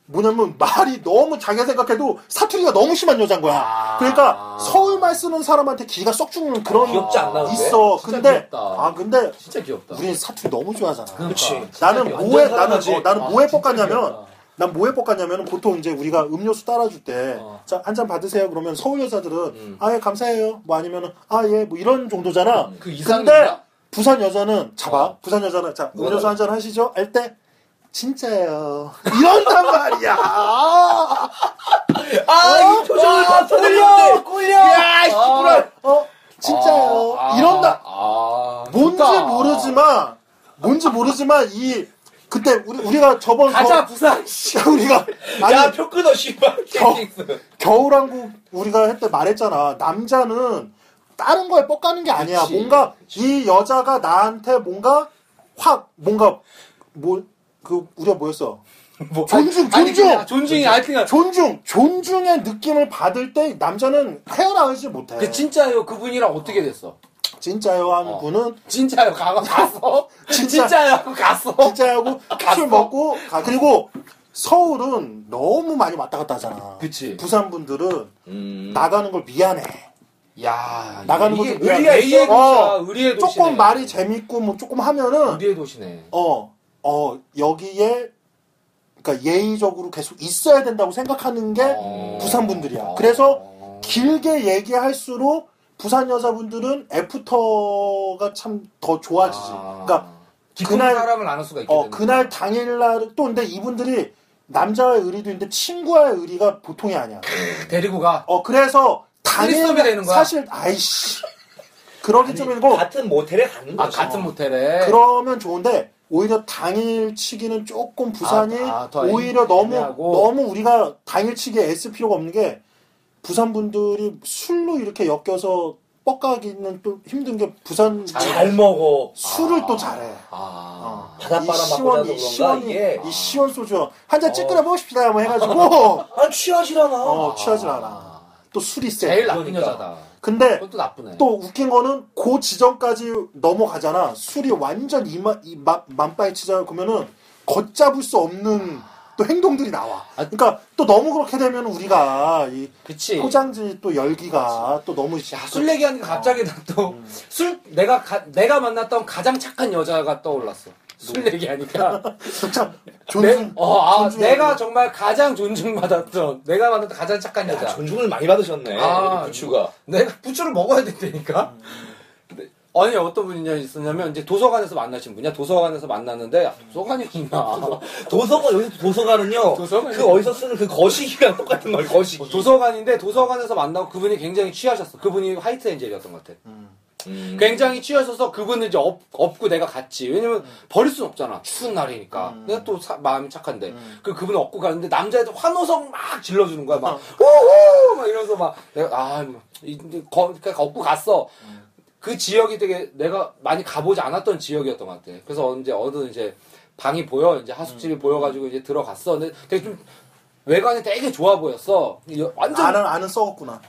뭐냐면 말이 너무 자기가 생각해도 사투리가 너무 심한 여잔 거야
아.
그러니까 서울말 쓰는 사람한테 기가 썩 죽는 그런
귀엽지 않나, 근데?
있어
진짜
근데
귀엽다.
아 근데
진짜 귀엽다.
우린 사투리 너무 좋아하잖아
그치.
나는
완전
뭐에 나는
사랑하지.
어, 나는
아,
뭐에
진짜
뻑갔냐면
귀엽다.
난 뭐에 뻑갔냐면 보통 이제 우리가 음료수 따라줄
어. 음.
때자한 잔 받으세요 그러면 서울 여자들은 아예 감사해요 뭐 아니면은 아 예 뭐 이런 정도잖아
그
근데
이상인가?
부산 여자는 잡아
어.
부산 여자는 자
뭐라
음료수
그래?
한 잔 하시죠 할 때 진짜예요 이런단 말이야
어? 아이 표정을 봤었는데.
꿀려
야, 이 씨발.
어 진짜요
아,
이런다
아,
뭔지
좋다.
모르지만 뭔지 모르지만 이 그때 우리 우리가 저번
가자 부산.
겨, 우리가 아니
야, 표 끊어, 씨발. KTX.
겨울왕국 우리가 할 때 말했잖아 남자는 다른 거에 뻑가는 게 아니야
그치,
뭔가 이 여자가 나한테 뭔가 확 뭔가 뭐 그 우리가 뭐였어 존중
아니,
존중
그냥 존중이 아니 그냥
존중 존중의 느낌을 받을 때 남자는 헤어나오지 못해
그 진짜요 그분이랑 어떻게 됐어?
진짜요 한
어.
분은
진짜요 가고 갔어?
진짜.
진짜요 하고 갔어?
진짜하고 술 먹고 가 그리고 서울은 너무 많이 왔다 갔다 하잖아
그치.
부산 분들은
음.
나가는 걸 미안해
야
나가는
이게
것도
의리가
있어.
의리의 도시야.
어,
의리의 도시.
조금 말이 재밌고 뭐 조금 하면은
의리의 도시네.
어, 어, 여기에, 그러니까 예의적으로 계속 있어야 된다고 생각하는 게
어.
부산 분들이야.
어.
그래서 길게 얘기할수록 부산 여자분들은 애프터가 참 더 좋아지지.
아.
그러니까,
깊은
그날-
사람을 안할 수가 있게
어,
되는.
그날 당일날, 또 근데 이분들이 남자의 의리도 있는데 친구와의 의리가 보통이 아니야.
데리고 가.
어, 그래서 당일,
필수업이 되는 거야?
사실, 아이씨. 그러기 좀 일고,
같은 모텔에 가는
아
거지.
같은
그렇죠.
모텔에.
그러면 좋은데 오히려 당일치기는 조금 부산이
아, 아, 더
오히려 너무
애매하고.
너무 우리가 당일치기에 애쓸 필요가 없는 게 부산 분들이 술로 이렇게 엮여서 뻑가기는 또 힘든 게 부산
잘 먹어.
술을 또 잘해.
아.
이
바닷바람 맞고
시원,
자서
이
그런가,
시원,
이게. 어.
이 시원 소주 한 잔 찌끄려 먹읍시다 뭐 해가지고
아, 취하질 않아.
어 취하질 않아. 또 술이 세.
제일 나쁜
그러니까.
여자다.
근데
그것도 나쁘네.
또 웃긴 거는 그 지점까지 넘어가잖아. 술이 완전 이마, 이 마- 만빠에 치잖아. 그러면은 걷잡을 수 없는 또 행동들이 나와.
아,
그러니까 또 너무 그렇게 되면 우리가 이
그치.
네.
포장지 또 열기가 또 너무 그
야, 술 얘기하니까 갑자기
음.
나또술 내가 가- 내가 만났던 가장 착한 여자가 떠올랐어. 술 얘기하니까
참
네.
내,
존중.
어, 아,
존중하는
내가
거.
정말 가장 존중받았던 내가 만났던 가장 착한
야,
여자.
존중을 많이 받으셨네.
아,
우리 부추가.
내가 부추를 먹어야 된다니까. 음. 아니 어떤 분이냐 있었냐면 이제 도서관에서 만나신 분이야. 도서관에서 만났는데 야, 도서관이 있나?
도서관 여기서 도서관은요.
도서관이- 뭐
그 어디서 쓰는 그 거시기랑 똑같은 거예요. 거시기.
도서관인데 도서관에서 만나고 그분이 굉장히 취하셨어. 그분이 화이트 엔젤이었던 것 같아. 음.
음.
굉장히 취하셔서 그분을 이제 업, 업고 내가 갔지. 왜냐면 버릴 순 없잖아. 추운 날이니까. 내가 또 사- 음. 마음이 착한데. 그 그분을 업고 가는데 남자애들 환호성 막 질러주는 거야. 막 우후 막 이러면서 막 내가 아 이제 거, 그러니까 업고 갔어. 그 지역이 되게 내가 많이 가보지 않았던 지역이었던 것 같아. 그래서 이제 어느 이제 방이 보여 이제 하숙집이 보여가지고 이제 들어갔어. 근데 되게 좀 외관이 되게 좋아 보였어. 이- 완전
아는 아는 썩었구나.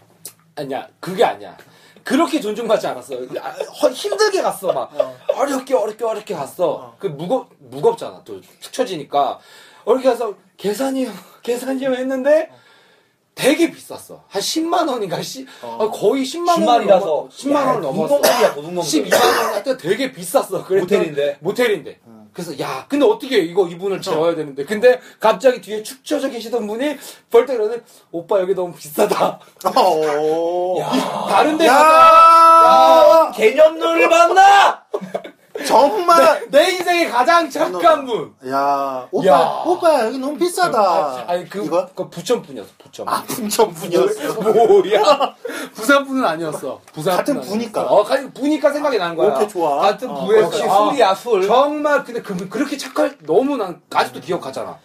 아니야 그게 아니야 그렇게 존중받지 않았어 아, 허- 힘들게 갔어 막 어. 렵게 어렵게 어렵게 갔어 그 무겁 무겁잖아 또 축 처지니까 어렵게 가서 계산이요 계산이요 했는데 되게 비쌌어 한 10만 원인가 시, 아, 거의 10만 원
10만이라서
10만 원 넘었어
어. 고등놈들이야 고등놈들.
12만 원 하여튼 되게 비쌌어 그랬더니-
모텔인데? 어.
모텔인데 그래서 야 근데 어떻게 이거 이분을 재워야 되는데 근데 갑자기 뒤에 축 처져 계시던 분이 벌떡 일어나서 오빠 여기 너무 비싸다
어.
다른 데
야!
가서
야!
어, 개념론을 만나.
정말
내 인생의 가장
아,
착한 분.
야 오빠 오빠 여기 너무 비싸다.
아니 그,
이거 아,
그 부천 분이었어. 부천. 분.
분천 분이었어.
뭐야? 부산 분은 아니었어. 부산
같은
분은 아니었어.
부니까.
어, 같은 부니까 생각이 난 거야.
오케이, 좋아.
같은
어,
부에서.
역시
아,
술이야, 술.
정말 근데 그, 그렇게 착할 너무 난 아직도 기억하잖아.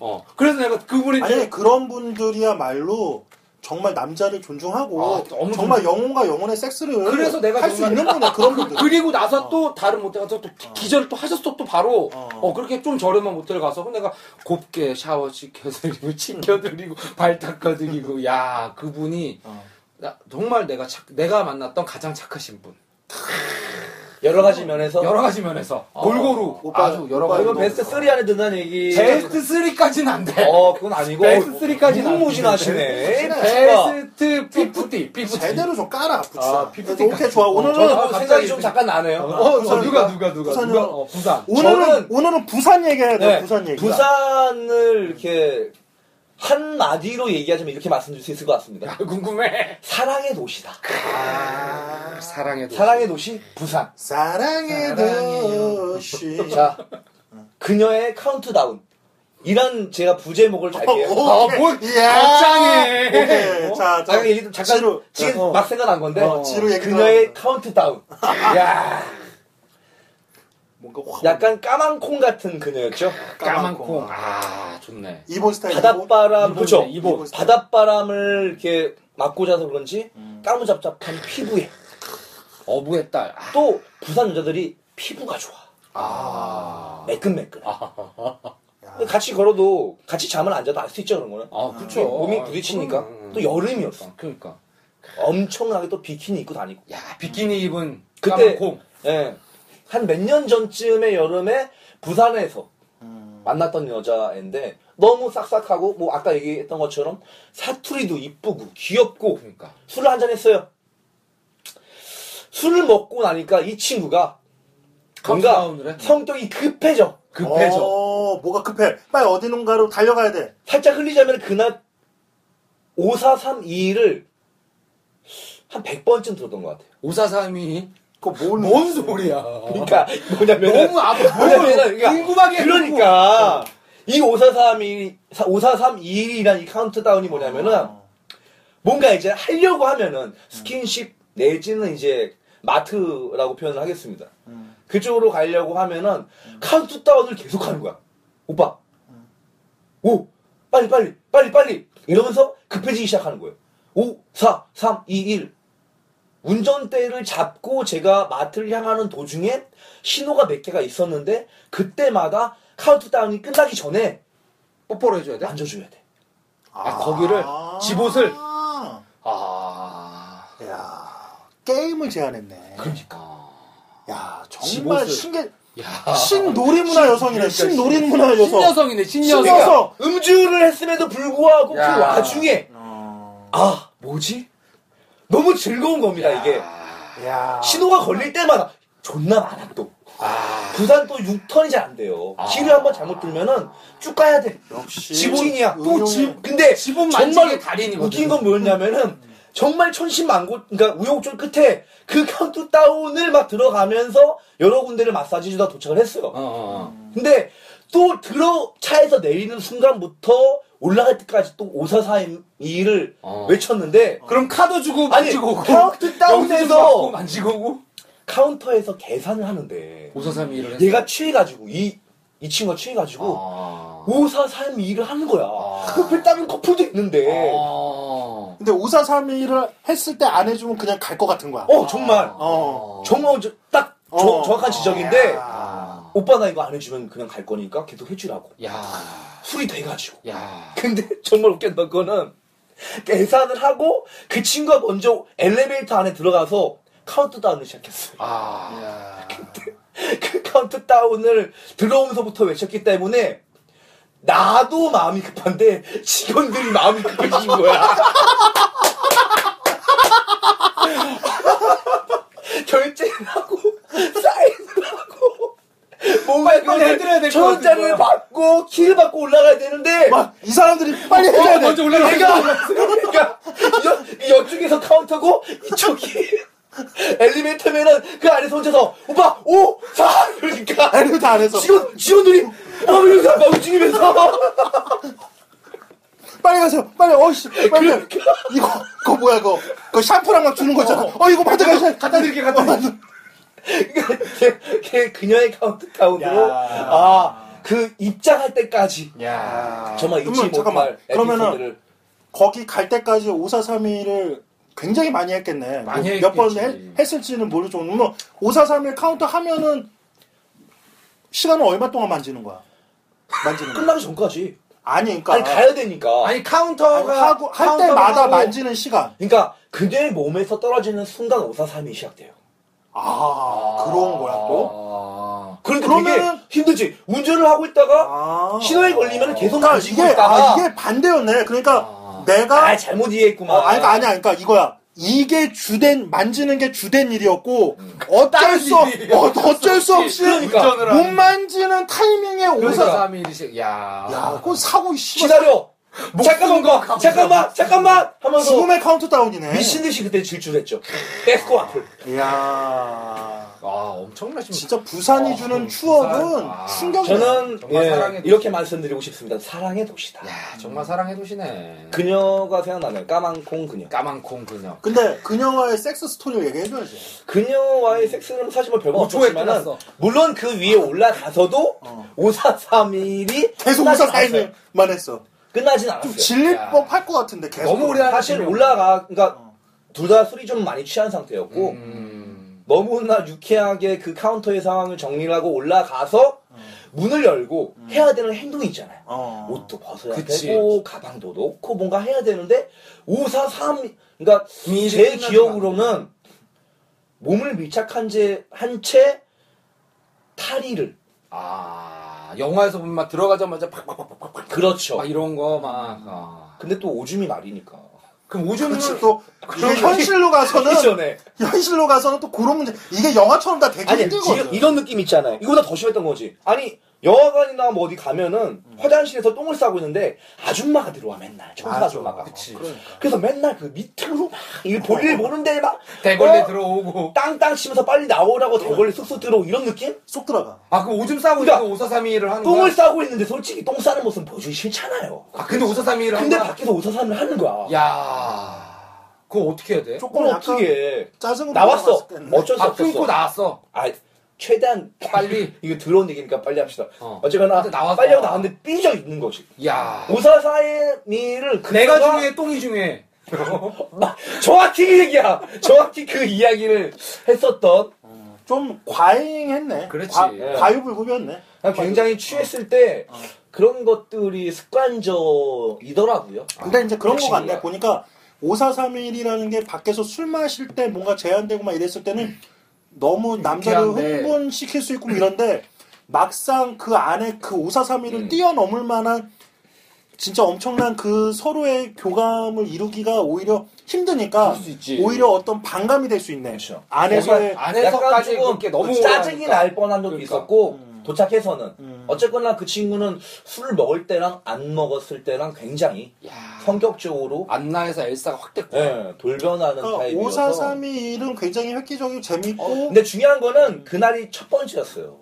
어. 그래서 내가 그분이 이제
아니 그런 분들이야말로 정말 남자를 존중하고
아, 너무
정말 영혼과 영혼의 섹스를
그래서 내가
할 수
정말-
있는 거네 그런 분들.
그리고 나서 또 다른 모텔 가서 또 기절을 또 하셨어 또 바로 어,
어.
그렇게 좀 저렴한 모텔 가서 그럼 내가 곱게 샤워 시켜드리고 치켜드리고 발 닦아드리고 야 그분이
어.
나- 정말 내가 착, 내가 만났던 가장 착하신 분
여러 가지 면에서.
여러 가지 면에서 골고루
오빠,
아주 여러
오빠
가지
이거
이건
면에서.
베스트 3 안에 든다는 얘기.
베스트 3까지는 안돼
어 그건 아니고.
베스트 3까지는
무궁무진하시네.
베스트 50 50
뭐 제대로 좀 깔아 붙여.
아, 피프티
오케이 좋아 오늘은
저도 그
갑자기
생각이 좀 잠깐 나네요.
어, 어, 누가
부산이다.
누가 누가
부산이요.
누가 어, 부산
오늘은
저는-
오늘은 부산 얘기해야 돼
네,
부산 얘기.
부산을 이렇게 한 마디로 얘기하자면 이렇게 말씀드릴 수 있을 것
야,
같습니다.
궁금해
사랑의 도시다.
아,
사랑해 도
사랑의 도시 부산.
사랑의 도시.
자, 그녀의 카운트다운. 이란 제가 부제목을
어,
잘게요.
아, 뭘 거창해.
오케이. 자, 자.
아, 얘기 좀 잠깐
지루.
지금
어.
막 생각난 건데
어, 지루 얘기
그녀의 카운트다운.
야
뭔가 확
약간 까만콩 같은 그녀였죠.
까만 콩. 아 좋네.
일본 스타일.
바닷바람
이번,
그렇죠.
이번.
이번. 바닷바람을 이렇게 맞고 자서 그런지
음.
까무잡잡한 피부에
어부의 딸. 아,
또 부산 여자들이 피부가 좋아.
아.
매끈매끈. 같이 걸어도 같이 잠을 안 자도 알 수 있죠 그런 거는.
아 음,
이게
그렇죠.
몸이 부딪히니까 또 여름이었어.
그러니까.
엄청나게 또 비키니 입고 다니고.
야 비키니 입은
그때-
까만 콩.
예. 한 몇 년 전쯤에 여름에 부산에서
음.
만났던 여자인데 너무 싹싹하고 뭐 아까 얘기했던 것처럼 사투리도 이쁘고 귀엽고
그러니까.
술을 한 잔 했어요. 술을 먹고 나니까 이 친구가 뭔가
카운트다운을 해?
성격이 급해져.
급해져.
어, 뭐가 급해. 빨리 어디론가로 달려가야 돼.
살짝 흘리자면 그날 5432를 한 100번쯤 들었던 것 같아요.
오사삼이.
그거 뭘.
뭔 소리야.
그러니까 뭐냐면
어. 너무 아파.
뭐냐면
뭐야.
그러니까
궁금하게 해놓고.
그러니까 이 5432, 5432이란 이 카운트다운이 뭐냐면은
어.
뭔가 이제 하려고 하면은 스킨십 내지는 이제 마트라고 표현을 하겠습니다.
음.
그쪽으로 가려고 하면은
음.
카운트다운을 계속 하는 거야. 오빠. 오! 빨리 빨리 빨리 빨리 이러면서 급해지기 시작하는 거예요. 5 4 3 2 1 운전대를 잡고 제가 마트를 향하는 도중에 신호가 몇 개가 있었는데 그때마다 카운트다운이 끝나기 전에
뽀뽀를 해줘야 돼?
만져줘야 돼.
아, 거기를 집옷을.
아.
아.
야 게임을 제안했네.
그러니까.
야 정말
집옷을.
신게
야.
신놀이문화 여성이네. 신놀이문화 여성.
신여성이네.
신여성.
신여성.
그래서-
그러니까 음주를 했음에도 불구하고
야.
그 와중에
어.
아 뭐지? 너무 즐거운 겁니다 이게
야.
신호가 걸릴 때마다 존나 많아 또
아.
부산 또 6턴이 잘 안 돼요
아.
길을 한번 잘못 들면은 쭉 가야 돼
역시.
지붕이야
응용의-
집 근데
집은
정말
만지게 그러니까 달인이거든. 음.
웃긴 건 뭐였냐면은 정말 천신만고, 그러니까 우여곡절 끝에 그 카운트다운을 막 들어가면서 여러 군데를 마사지 주다 도착을 했어요.
어, 어, 어.
근데 또 들어 차에서 내리는 순간부터 올라갈 때까지 또 5442를
어.
외쳤는데
그럼 카드 주고
아니,
만지고 오고
카운트 다운해서
영수증 받고 만지고 오고
카운터에서 계산을 하는데
5431을 했어
얘가 취해가지고 이, 이 친구가 취해가지고
아.
5432를 하는 거야.
아.
그걸 다른 커플도
네.
있는데.
아.
근데 5431을 했을 때 안 해주면 그냥 갈 것 같은 거야.
어, 정말.
어.
정말 저- 딱 저-
어.
정확한 지적인데
아.
오빠 나 이거 안 해주면 그냥 갈 거니까 계속 해주라고.
야.
술이 돼가지고.
야.
근데 정말 웃겼던 거는 계산을 하고 그 친구가 먼저 엘리베이터 안에 들어가서 카운트다운을 시작했어요.
아.
그 카운트다운을 들어오면서부터 외쳤기 때문에 나도 마음이 급한데 직원들이 마음이 급해진 거야. 결제를 하고 사인을 하고 뭔가
빨리 해드려야 될것
천 원짜리를
같은 거야.
받고 키를 받고 올라가야 되는데
막 이 사람들이 빨리 해줘야 돼.
어, 먼저 올라가.
내가 그러니까 여, 여쪽에서 카운터고 이쪽이 엘리베이터면은 그 안에서 혼자서 오빠 오! 사! 그러니까
애를 다 안해서
직원, 직원들이 막 이러면서 막 움직이면서
빨리 가세요. 빨리 어씨 빨리. 이거 그거 뭐야 그거 그 샴푸랑 막 주는 거잖아. 어, 이거 받아가세요.
갖다 드릴게 갖다 드릴게
그러니까 걔, 걔 그녀의 카운트다운으로
야.
아 그 입장할 때까지
야.
정말 잊지
그러면 잠깐만.
못할
그러면은
에피소드를
거기 갈 때까지 5431을 굉장히 많이 했겠네.
많이
몇 번
했겠지.
했을지는 모르죠. 뭐 5431 카운터 하면은 시간을 얼마 동안 만지는 거야? 만지는 거야?
끝나기 전까지
아니 그러니까
아니 가야 되니까
아니 카운터가
하고 할
카운터가
때마다
하고
만지는 시간.
그러니까 그녀의 몸에서 떨어지는 순간 543이 시작돼요
아, 그런 거야 또.
뭐- 아.
그러니까
그러면은-
되게 힘들지 운전을 하고 있다가
아.
신호에 걸리면 계속
그러니까
만지고
이게
있다가
아, 이게 반대였네. 그러니까
아.
내가
아 잘못 이해했구만
어, 아니, 그러니까 아니야. 그러니까 이거야. 이게 주된 만지는 게 주된 일이었고 어쩔 수 없,
일이.
어, 어쩔 수 없이
음. 그러니까.
운전을
못
하는 그러니까.
만지는 타이밍에
그래서
오사.
3일이씩 야.
야, 그건 사고 씨.
기다려
뭐
목숨
잠깐만
걸고
잠깐만 잠깐만 하면서
죽음의 카운트다운이네.
미친 듯이 그때 질주했죠
네.
에스코 앞을
이야.
아, 엄청나신
진짜 부산이
어,
주는
부산.
추억은
아.
충격이네.
저는
정말
예,
사랑의
이렇게 말씀드리고 싶습니다. 사랑의 도시다.
네.
야, 정말 사랑해 도시네.
그녀가 생각나네요. 까만 콩 그녀.
까만 콩 그녀.
근데 그녀와의 섹스 스토리를 얘기해줘야지.
그녀와의 섹스는 사실 뭐 별거
오초에
없었지만
끝났어.
물론 그 위에 올라가서도
어.
5431이
계속 오사 사인만 했어.
끝나진
좀
않았어요.
질릴
야.
법할 것 같은데 계속.
너무 우리나라
사실
지금.
올라가 그러니까
어.
둘 다 술이 좀 많이 취한 상태였고
음.
너무나 유쾌하게 그 카운터의 상황을 정리를 하고 올라가서
어.
문을 열고 해야 되는 행동이 있잖아요.
어.
옷도 벗어야
음. 그치.
되고 가방도 넣고 뭔가 해야 되는데 5, 4, 3 그러니까
이미 이제
제
끝나는
기억으로는 몸을 밀착한 채 한 채 탈의를
아, 영화에서 보면 막 들어가자마자 팍팍팍팍팍
그렇죠.
막 이런 거 막. 아.
근데 또 오줌이 말이니까
그럼 오줌을
그렇지 또 이게
그런
현실로 가서는
그 전에
현실로 가서는 또 그런 문제 이게 영화처럼 다 되게
아니
힘들거든.
지금 이런 느낌 있잖아요. 이거보다 더 심했던 거지. 아니 영화관이나 뭐 어디 가면은 화장실에서 똥을 싸고 있는데 아줌마가 들어와 맨날 청소
맞아.
아줌마가. 어.
그치.
그래서 맨날 그 밑으로 막 이 볼일 보는데 막
대걸레
어?
들어오고.
땅땅 치면서 빨리 나오라고 대걸레 쑥쑥 들어오고 이런 느낌?
쏙 들어가.
아, 그럼 오줌 싸고
그러니까
있는 5431을 하는 거야?
똥을 싸고 있는데 솔직히 똥 싸는 모습 보여주기 싫잖아요.
아, 근데 5431을 하는
근데
거야?
밖에서 오사산을 하는 거야.
야. 그거 어떻게 해야 돼?
조금
그럼
약간
어떻게
짜증으로
나왔어.
돌아갔을 때는.
어쩔 수
아,
없었어.
끊고 나왔어.
아, 최대한
빨리.
이거 들어온 얘기니까 빨리 합시다.
어.
어. 쨌거나
근데 나왔어.
빨리 하고 나왔는데 삐져 있는 거지.
야.
오사사의 미를
내가
그녀가
중요해, 똥이 중요해.
막 정확히 그 얘기야. 정확히 그 이야기를 했었던
좀 과잉했네.
그렇지.
과,
예.
과유불급이었네.
난 아, 굉장히 취했을 때 그런 것들이 습관적이더라고요.
근데 이제 그런 거
역시
같네.
이거야.
보니까 5431이라는 게 밖에서 술 마실 때 뭔가 제한되고 막 이랬을 때는 너무 남자를
유쾌한데.
흥분시킬 수 있고 뭐 이런데 막상 그 안에 그 5431을
음.
뛰어넘을 만한 진짜 엄청난 그 서로의 교감을 이루기가 오히려 힘드니까
그럴 수 있지.
오히려 어떤 반감이 될 수 있네.
그렇죠.
안에서의
거기 안에서까지
약간 조금
그렇게 너무
짜증이
오래하니까.
날 뻔한 적도
그러니까.
있었고 도착해서는
음.
어쨌거나 그 친구는 술을 먹을 때랑 안 먹었을 때랑 굉장히 성격적으로
아. 안나에서 엘사가 확 됐고.
예, 돌변하는
그러니까
타입이어서
5431은 굉장히 획기적이고 재밌고
근데 중요한 거는 그날이 첫 번째였어요.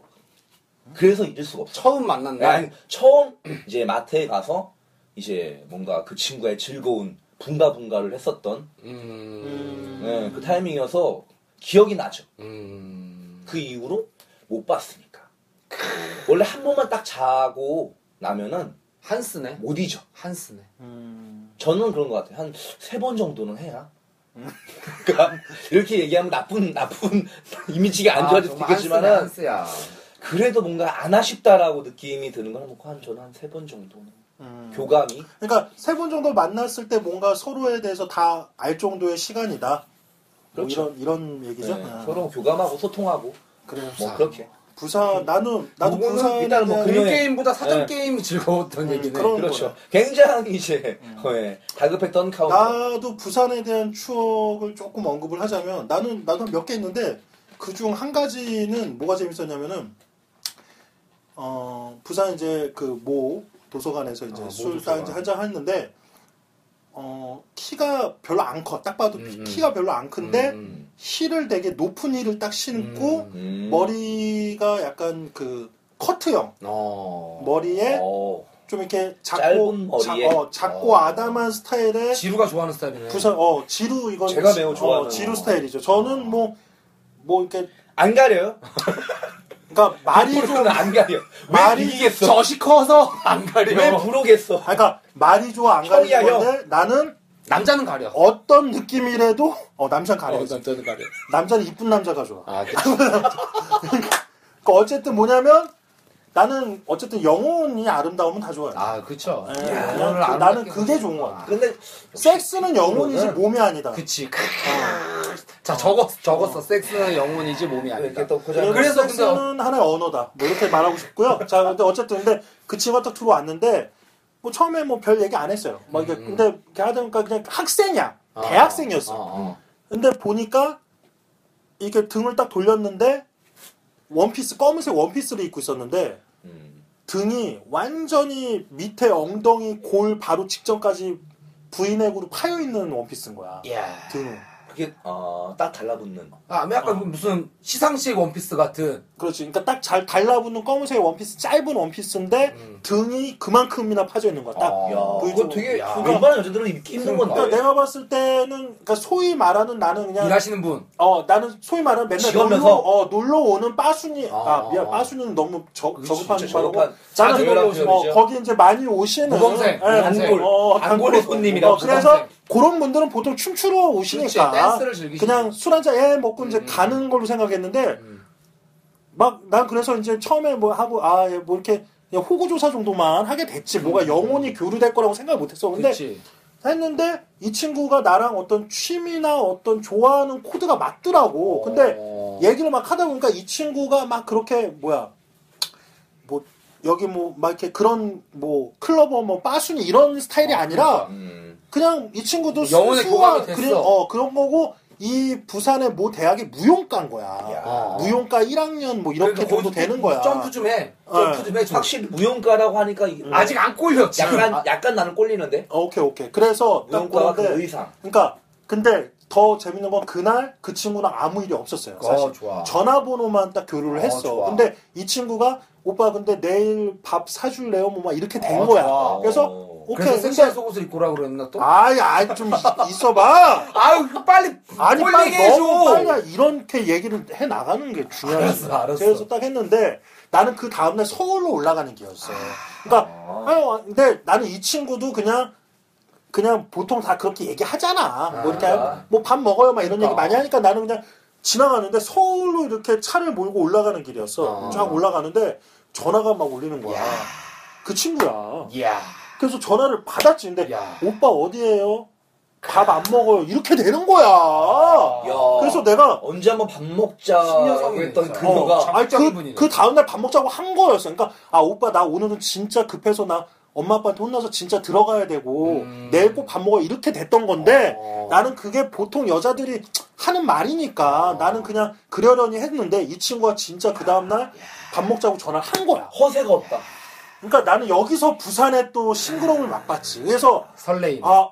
그래서 잊을 수가 없어.
처음 만난 날.
아니, 처음 이제 마트에 가서 이제 뭔가 그 친구의 즐거운 붕가붕가를 했었던
음.
예, 그 타이밍이어서 기억이 나죠.
음.
그 이후로 못 봤으니까. 원래 한 번만 딱 자고 나면은
한스네.
못 잊어.
한스네.
음,
저는 그런 것 같아요. 한 세 번 정도는 해야. 그러니까 이렇게 얘기하면 나쁜 나쁜 이미지가 안 좋아질 수도
정말 한스네,
있겠지만은
한스야.
그래도 뭔가 안 아쉽다라고 느낌이 드는 건 놓고 한 저는 한 세 번 정도는
음.
교감이
그러니까 세 분 정도 만났을 때 뭔가 서로에 대해서 다 알 정도의 시간이다. 뭐
그렇죠.
이런 이런 얘기죠.
네,
음.
서로 교감하고 소통하고
그래요.
뭐 그렇게
부산 나는 나도
요거는
부산
일단은 뭐
그
그녀의-
게임보다 사전
네.
게임이 즐거웠던
음,
얘기네.
그런
그렇죠. 굉장히 이제 어, 예, 다급했던 카운터.
나도 부산에 대한 추억을 조금 언급을 하자면 나는 나도 몇 개 있는데 그 중 한 가지는 뭐가 재밌었냐면은 어 부산 이제 그 모 도서관에서 이제
아, 모
술
도서관.
딱 이제 한잔 했는데 어 키가 별로 안 커 딱 봐도
음, 음.
키가 별로 안 큰데
음,
힐을 되게 높은 힐을 딱 신고
음.
음.
머리가 약간 그 커트형
어.
머리에
어,
좀 이렇게
짧은
작고
머리에.
작, 어, 작고
어.
아담한 스타일의
지루가 좋아하는 스타일이네.
부산 어 지루 이건
제가 매우
어,
좋아하는
지루 스타일이죠. 저는 뭐 뭐 이렇게
안 가려요.
그러니까 말이 좀
프로는 안 가려.
말이-
왜 이기겠어?
젖이 커서 안
왜
가려.
부르겠어?
아, 그러니까 말이 좋아 안 가는
형이야, 형.
건데 나는
남자는 가려.
어떤 느낌이라도 어 남자는 가려.
어, 남자는 가려.
남자는 이쁜 남자가 좋아.
아, 그치.
그러니까 어쨌든 뭐냐면 나는 어쨌든 영혼이 아름다움은 다 좋아요.
아, 그쵸.
예,
예,
그냥
그거를
그렇죠.
그-
아름답게
나는 그게
생각해.
좋은 것 같아.
근데
섹스는 영혼이지
그거는-
몸이 아니다.
그치.
어.
자, 적었, 적었어. 섹스는 영혼이지 몸이 아니다.
이렇게 또 고장.
그래서,
그래서 근데
섹스는 하나의 언어다. 뭐 이렇게 말하고 싶고요. 자, 근데 어쨌든 근데 그 친구가 딱 들어왔는데 뭐 처음에 뭐 별 얘기 안 했어요. 막 이게
음.
근데 이렇게 하다 보니까 그냥 학생이야.
어,
대학생이었어.
어, 어.
근데 보니까 이렇게 등을 딱 돌렸는데 원피스 검은색 원피스를 입고 있었는데
음.
등이 완전히 밑에 엉덩이 골 바로 직전까지 브이넥으로 파여 있는 원피스인 거야.
이야.
등은.
그게 어, 딱 달라붙는.
아, 약간
어.
그 무슨 시상식 원피스 같은.
그렇지. 그러니까 딱 잘 달라붙는 검은색 원피스 짧은 원피스인데
음.
등이 그만큼이나 파져 있는 거야. 딱.
어.
야, 아, 예.
보이죠?
그거 되게
야.
일반 여자들은 입기 힘든
그러니까
그러니까
건데.
내가 봤을 때는 그러니까 소위 말하는 나는 그냥
일하시는 분.
어 나는 소위 말하는 맨날
직업면서?
놀러 어 놀러 오는 빠순이 아,
아.
미안 빠순이는 너무 저,
그치,
저급한
진짜
말이고
저급한 아,
나는
자주 놀러
어,
오시는
어,
분이죠.
거기 이제 많이 오시는
모범생,
예,
모범생.
단골, 어,
단골의
단골.
손님이라고
어, 그래서
모범생.
그런 분들은 보통 춤추러 오시니까
그렇지, 댄스를 즐기시는
그냥 술 한잔 예, 먹고 이제
음.
가는 걸로 생각했는데
음.
막 난 그래서 이제 처음에 뭐 하고 아 뭐 이렇게 그냥 호구 조사 정도만 하게 됐지 뭐가 영혼이 교류될 거라고 생각을 못했어 근데
음, 그치.
했는데 이 친구가 나랑 어떤 취미나 어떤 좋아하는 코드가 맞더라고. 근데
어.
얘기를 막 하다 보니까 이 친구가 막 그렇게 뭐야 뭐 여기 뭐 막 이렇게 그런 뭐 클럽어 뭐 빠순이 이런 스타일이
어,
아니라
음.
그냥 이 친구도
영혼의 교감이
수수한
됐어.
그런 어 그런 거고 이 부산의 모 대학이 무용과인 거야.
야.
어, 무용과 1학년 뭐 이렇게
아. 그러니까
정도
거기서
되는 거야.
점프 좀 해. 점프
예.
좀 해. 좀.
확실히 무용가라고 하니까 이게
아직 안 음. 꼴렸지.
약간
아,
약간 나는 꼴리는데.
어, 오케이 오케이. 그래서 딱
무용가와 그
보는데
의상.
그러니까 근데 더 재밌는 건 그날 그 친구랑 아무 일이 없었어요. 사실
어, 좋아.
전화번호만 딱 교류를
어,
했어.
좋아.
근데 이 친구가 오빠 근데 내일 밥 사줄래요? 뭐 막 이렇게 된
어,
거야.
좋아.
그래서
어.
오케이
그래서
근데
섹시한 속옷을 입고 오라고 그랬나 또?
아이 아이 좀 있- 있어봐.
아유 빨리
아니
꼴
빨리
얘기해줘.
너무 빨리 이렇게 얘기를 해 나가는 게 중요하지.
알았어, 알았어.
그래서 딱 했는데 나는 그 다음날 서울로 올라가는 길이었어. 그러니까 아유, 근데 나는 이 친구도 그냥 그냥 보통 다 그렇게 얘기하잖아. 뭐 이렇게
아.
뭐 밥 먹어요 막 이런 얘기
그러니까.
많이 하니까 나는 그냥 지나가는데 서울로 이렇게 차를 몰고 올라가는 길이었어.
아.
쫙 올라가는데 전화가 막 울리는 거야. 그 친구야.
이야.
그래서 전화를 받았지. 근데
야.
오빠 어디에요? 밥 안 먹어요. 이렇게 되는 거야.
야.
그래서 내가
언제 한번 밥 먹자
신여성이네,
했던
진짜.
그거가
어.
아니,
자극적인
그,
분이네.
그 다음날 밥 먹자고 한 거였어. 그러니까, 아, 오빠, 나 오늘은 진짜 급해서 나 엄마 아빠한테 혼나서 진짜 들어가야 되고
음.
내일 꼭 밥 먹어 이렇게 됐던 건데
어.
나는 그게 보통 여자들이 하는 말이니까 나는 그냥 그러려니 했는데 이 친구가 진짜 그 다음날 밥 먹자고 전화를 한 거야.
허세가 없다.
그러니까 나는 여기서 부산에 또 싱그러움을 맛봤지. 그래서
설레임.
아,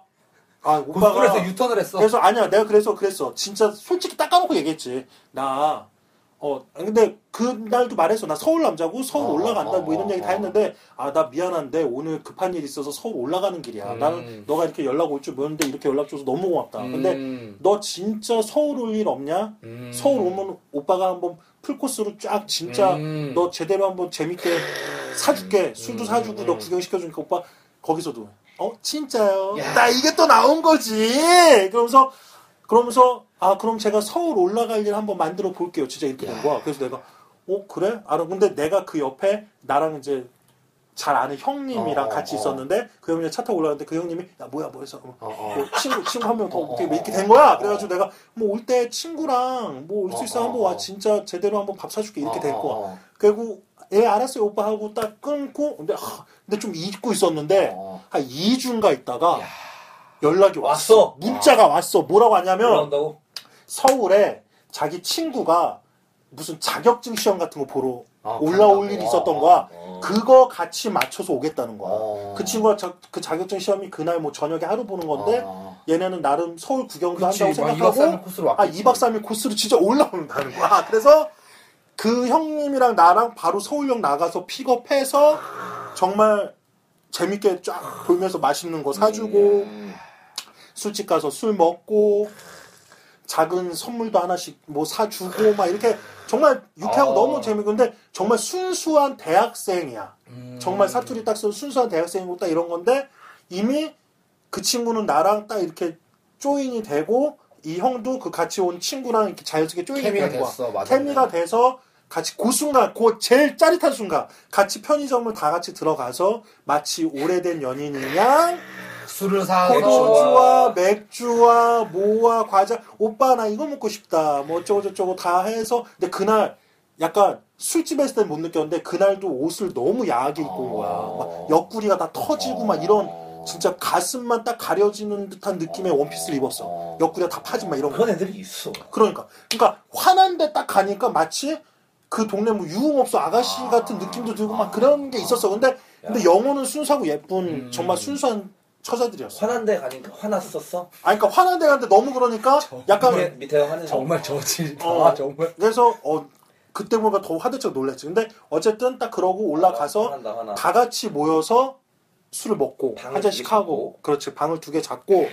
아 오빠가
고속도로에서 유턴을 했어.
그래서 아니야 내가 그래서 그랬어 진짜 솔직히 닦아놓고 얘기했지 나 어, 근데 그날도 말했어. 나 서울 남자고 서울
어,
올라간다. 뭐 이런
어,
얘기 다
어.
했는데, 아, 나 미안한데 오늘 급한 일이 있어서 서울 올라가는 길이야.
음.
나는 너가 이렇게 연락 올 줄 모르는데 이렇게 연락 줘서 너무 고맙다. 근데
음.
너 진짜 서울 올 일 없냐?
음.
서울 오면 오빠가 한번 풀코스로 쫙 진짜
음.
너 제대로 한번 재밌게 사줄게. 술도 사주고
음.
너 구경시켜주니까 오빠 거기서도 어 진짜요? 나 이게 또 나온 거지. 그러면서 그러면서 아 그럼 제가 서울 올라갈 일 한번 만들어 볼게요. 진짜 이렇게 된 거야. 그래서 내가 어 그래? 알아. 근데 내가 그 옆에 나랑 이제 잘 아는 형님이랑
어,
같이
어.
있었는데 그 형님이 차 타고 올라갔는데 그 형님이 야 뭐야 뭐해서
어, 어.
뭐 친구 친구 한 명더
어,
어떻게
어,
이렇게
어,
된 거야.
어,
그래가지고 내가 뭐 올 때 친구랑 뭐 올 수
어,
있어
어,
한번 와
어.
진짜 제대로 한번 밥 사줄게 이렇게 된
어,
거야.
어,
그리고 예 알았어요 오빠 하고 딱 끊고 근데 하, 근데 좀 잊고 있었는데
어.
한 2주인가 있다가 연락이 왔어.
왔어.
문자가
아.
왔어. 뭐라고 하냐면
올라온다고?
서울에 자기 친구가 무슨 자격증 시험 같은 거 보러
아,
올라올
간다고. 아,
일이 있었던 거야.
어.
그거 같이 맞춰서 오겠다는 거야.
어.
그 친구가 자, 그 자격증 시험이 그날 뭐 저녁에 하루 보는 건데
어.
얘네는 나름 서울 구경도
그치,
한다고
막 2박
생각하고
3일 코스로
아
왔겠지.
2박 3일 코스로 진짜 올라온다는 거야. 아, 그래서 그 형님이랑 나랑 바로 서울역 나가서 픽업해서 정말 재밌게 쫙 돌면서 맛있는 거 사주고 술집 가서 술 먹고 작은 선물도 하나씩 뭐 사주고 막 이렇게 정말 유쾌하고
어.
너무 재밌는데 정말 순수한 대학생이야.
음.
정말 사투리 딱 쓴 순수한 대학생이고 딱 이런 건데 이미 그 친구는 나랑 딱 이렇게 조인이 되고 이 형도 그 같이 온 친구랑 이렇게 자연스럽게 조인이
케미가
된 거야.
됐어, 맞아.
케미가 돼서 같이 그 순간, 그 제일 짜릿한 순간 같이 편의점을 다 같이 들어가서 마치 오래된 연인이냐
술을 사.
포도주와 맥주와 모와 과자 오빠 나 이거 먹고 싶다 뭐 어쩌고 저쩌고 다 해서 근데 그날 약간 술집에서 때는 못 느꼈는데 그날도 옷을 너무 야하게 입고 온 거야 막 옆구리가 다 터지고 막 이런 진짜 가슴만 딱 가려지는 듯한 느낌의 원피스를 입었어 옆구리가 다 파진 막 이런 거
그런 애들이 있어.
그러니까 그러니까 화난데 딱 가니까 마치 그 동네 뭐 유흥업소 아가씨 같은 느낌도 들고 막 그런 게 있었어 근데 근데 영혼은 순수하고 예쁜 정말 순수한 처자들이었어.
화난데 가니까 화났었어?
아니, 그러니까 화난 데 갔는데 너무 그러니까 약간
밑에, 밑에가 화내서.
정말 저질.
어.
아, 정말.
그래서 어 그때 뭔가 더 화들짝 놀랐지. 근데 어쨌든 딱 그러고 올라가서
화난다, 화나.
다 같이 모여서 술을 먹고
방을
한 잔씩
두개
하고 그렇지 방을 두 개 잡고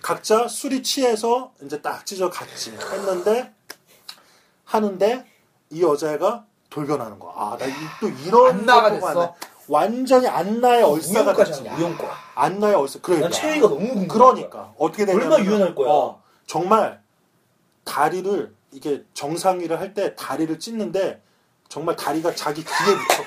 각자 술이 취해서 이제 딱 찢어 갔지 했는데 하는데 이 여자애가 돌변하는 거야. 아나 또 이런
안나가
정도가
됐어?
안 나. 완전히 안나의 얼싸가
무용과잖아,
됐지.
무용과.
안나의 얼싸. 그러니까. 그래.
난 최애가 너무 궁금해.
그러니까 어떻게 되냐
얼마나 유연할 거야.
정말 다리를 이게 정상이를 할 때 다리를 찢는데 정말 다리가 자기 귀에 붙어.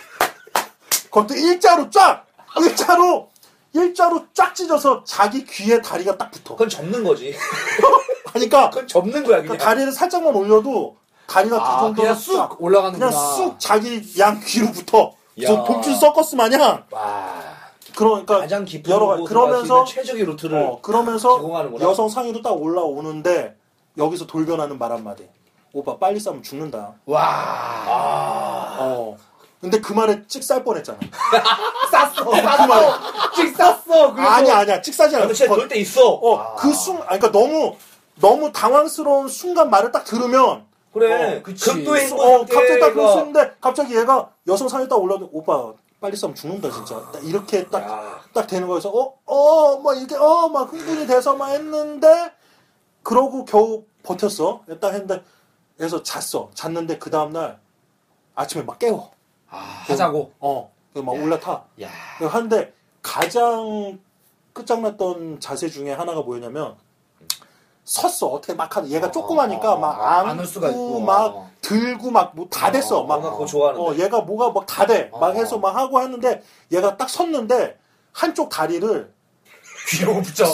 그것도 일자로 쫙 일자로 일자로 쫙 찢어서 자기 귀에 다리가 딱 붙어.
그건 접는 거지.
그러니까,
그건 접는 거야, 그냥.
그러니까 다리를 살짝만 올려도 다리가
아,
그 정도로
그냥 쑥 올라가는구나.
그냥 쑥 자기 양 귀로 붙어.
야.
저 동춘 서커스 마냥
와.
그러니까
가장 깊은
여러
여러
가지
그러면서
그러면서
최적의 루트를
어, 그러면서
제공하는구나.
여성 상의도 딱 올라오는데 여기서 돌변하는 말 한마디. 오빠 빨리 싸면 죽는다.
와.
아.
어. 근데 그 말에 찍 쌀 뻔했잖아.
쌌어. 쌌어. 찍 쌌어. 그래서
아니 아니야 찍 싸지 않아.
도대체 놀때 있어.
어, 그 순, 아니, 그러니까 너무 너무 당황스러운 순간 말을 딱 들으면
그래.
어, 그치.
극도의 행보
어, 갑자기 딱
상태가-
그러는데 갑자기 얘가 여성 상에 딱 올라오는데 오빠 빨리 싸면 죽는다 진짜 딱 이렇게 딱 딱
야,
되는 거여서 어, 어어막 이렇게 어 막 흥분이 돼서 막 했는데 그러고 겨우 버텼어 딱 했는데 그래서 잤어 잤는데 그 다음 날 아침에 막 깨워
하자고.
어 그래서 막 올라타
야.
그래서 하는데 가장 끝장났던 자세 중에 하나가 뭐였냐면 섰어 어떻게 막 하는 얘가 조그마니까
어,
막
어, 안을 수가
안고
있고.
막 들고 막 뭐 다 됐어
어,
나
막
그거
어,
좋아하는데.
얘가 뭐가 막 다 돼 막
어.
해서 막 하고 하는데 얘가 딱 섰는데 한쪽 다리를
귀로 붙여.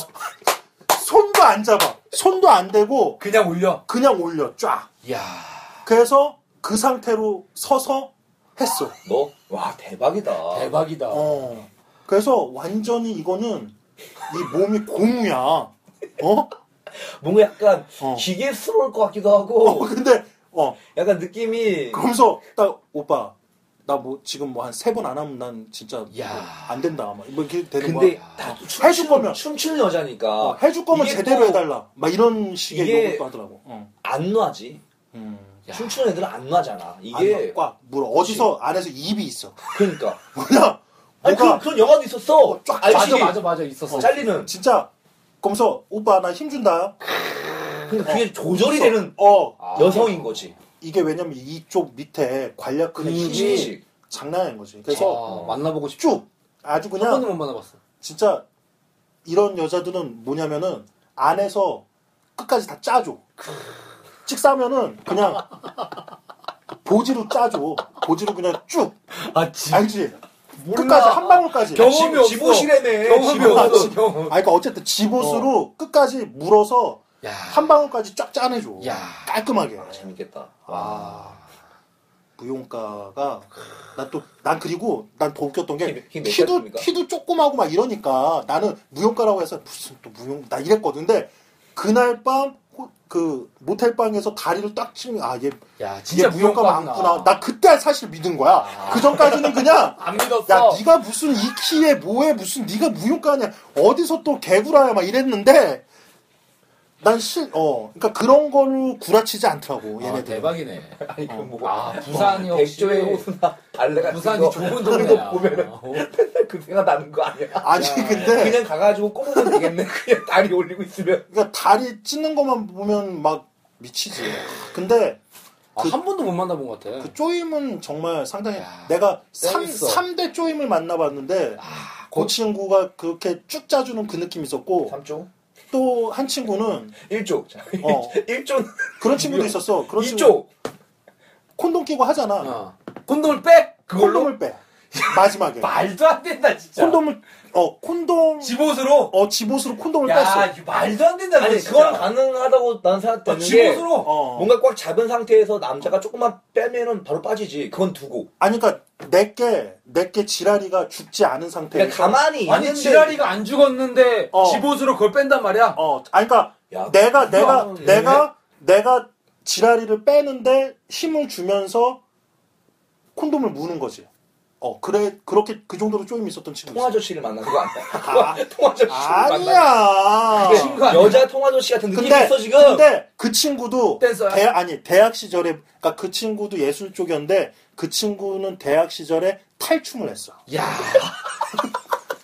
손도 안 잡아 손도 안 대고
그냥 올려.
그냥 올려 쫙
야.
그래서 그 상태로 서서 했어
너? 와, 대박이다.
대박이다.
어. 그래서 완전히 이거는 이 몸이 고무야. 어?
뭔가 약간
어.
기계스러울 것 같기도
어,
하고
근데 어
약간 느낌이
그러면서 딱 오빠 나 뭐 지금 뭐 한 세 번 안 하면 난 진짜 뭐
야.
안 된다 막 이렇게 되는
근데
거야.
다
어,
춤-
해줄 거면
춤추는 여자니까
어, 해줄 거면
이게
제대로
또
해달라 막 이런 식의
이게-
요구도 하더라고. 어.
안 놔지
음.
야.
춤추는 애들은 안 놔잖아 이게
안꽉 물어 어디서 안에서 입이 있어.
그러니까
뭐냐?
아니
뭐가
그런, 그런 영화도 있었어
쫙
맞아
알지
맞아 맞아 있었어.
잘리는
진짜 검서 오빠 나 힘 준다.
그러니까 그게 조절이 되는
어
아.
여성인 거지
이게 왜냐면 이쪽 밑에 관략근의
근육이
힘이
그치
장난 아닌 거지. 그래서
그래서 만나보고 싶.
쭉 아주
한 번도
그냥
못 만나봤어.
진짜 이런 여자들은 뭐냐면은 안에서 끝까지 다 짜줘. 찍싸면은 그냥 보지로 짜줘. 보지로 그냥 쭉
아 지,
알지?
몰라.
끝까지 한 방울까지.
경험이 없어.
지보시래네
경험이
아,
없어.
지-
경험.
아, 그러니까 어쨌든 집옷으로 끝까지 물어서
야.
한 방울까지 쫙 짜내줘.
야.
깔끔하게.
아, 재밌겠다
와.
무용가가 아. 난 또 난 그리고 난 더 웃겼던 게
키- 키몇
키도
센티입니까?
키도 조그마하고 막 이러니까 나는 무용가라고 해서 무슨 또 무용 나 이랬거든 근데 그날 밤 그 모텔 방에서 다리를 딱 치면 아얘
야
진짜
진짜
무용가 많구나 나 그때 사실 믿은 거야 그 전까지는 그냥
안
야
믿었어.
네가 무슨 이 키에 뭐해 무슨 네가 무용가냐 어디서 또 개구라야 막 이랬는데 난 실 어 그러니까 그런 걸로 구라치지 않더라고
아,
얘네들
대박이네.
아니 그뭐
아 부산이
백조의
역시
호수나 발레 같은
부산이
거 그런
좋은 동네야.
거 보면은
어.
맨날 그 생각 나는 거 아니야?
아니 근데
그냥 가가지고 꼬부면 되겠네. 그냥 다리 올리고 있으면.
그러니까 다리 찢는 것만 보면 막 미치지. 근데
아,
그-
한 번도 못 만나본 것 같아.
그 쪼임은 정말 상당히
야,
내가 삼
있어.
3대 쪼임을 만나봤는데 그 친구가 그렇게 쭉 짜주는 그 느낌이 있었고
3조?
또 한 친구는
1조.
어.
1조.
그런 친구도 있었어. 그런 친구
2조.
콘돔 끼고 하잖아.
어. 콘돔을 빼? 그걸로?
콘돔을 빼. 마지막에
말도 안 된다, 진짜.
콘돔을 어 콘돔
집옷으로?
어 집옷으로 콘돔을
야,
뺐어.
이거 말도 안 된다, 아니,
진짜.
그거는 가능하다고 난 생각되는 게.
집옷으로?
어.
뭔가 꽉 잡은 상태에서 남자가 조금만 빼면은 바로 빠지지. 그건 두고.
아니 그러니까 내게 내게 지라리가 죽지 않은
그냥
상태에서
그러니까 가만히 있는데.
아니 지라리가 안 죽었는데
어.
집옷으로 그걸 뺀단 말이야.
어 아니 그러니까
야,
내가 내가
그거는
내가 내가 지라리를 빼는데 힘을 주면서 콘돔을 무는 거지. 어 그래 그렇게 그 정도로 쪼임 있었던 친구. 있어.
통아저씨를 만나 그거 아니야? 통아저씨를 만나.
아니야.
그래. 친구 아니야?
여자 통아저씨 같은 느낌이
근데
있어 지금.
근데 그 친구도
댄서야?
대, 아니 대학 시절에 그러니까 그 친구도 예술 쪽이었는데 그 친구는 대학 시절에 탈춤을 했어.
야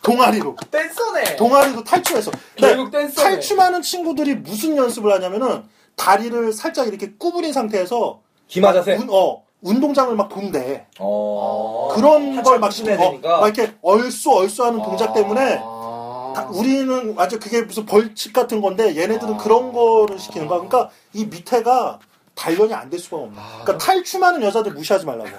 동아리로.
댄서네.
동아리도 탈출했어.
결국
근데
댄서네.
탈출하는 친구들이 무슨 연습을 하냐면은 다리를 살짝 이렇게 구부린 상태에서
기마 자세.
운, 어, 운동장을 막 돈대.
네. 어.
그런
한참 어.
걸 막 어,
춤춰야 되니까. 아.
막 이렇게 얼쑤 얼쑤하는 동작 때문에
아.
다- 우리는 완전 그게 무슨 벌칙 같은 건데
아.
얘네들은 그런 거를 시키는 거야. 그러니까 이 밑에가 단련이 안 될 수가 없는. 거야.
아.
그러니까 탈춤하는 여자들 무시하지 말라고.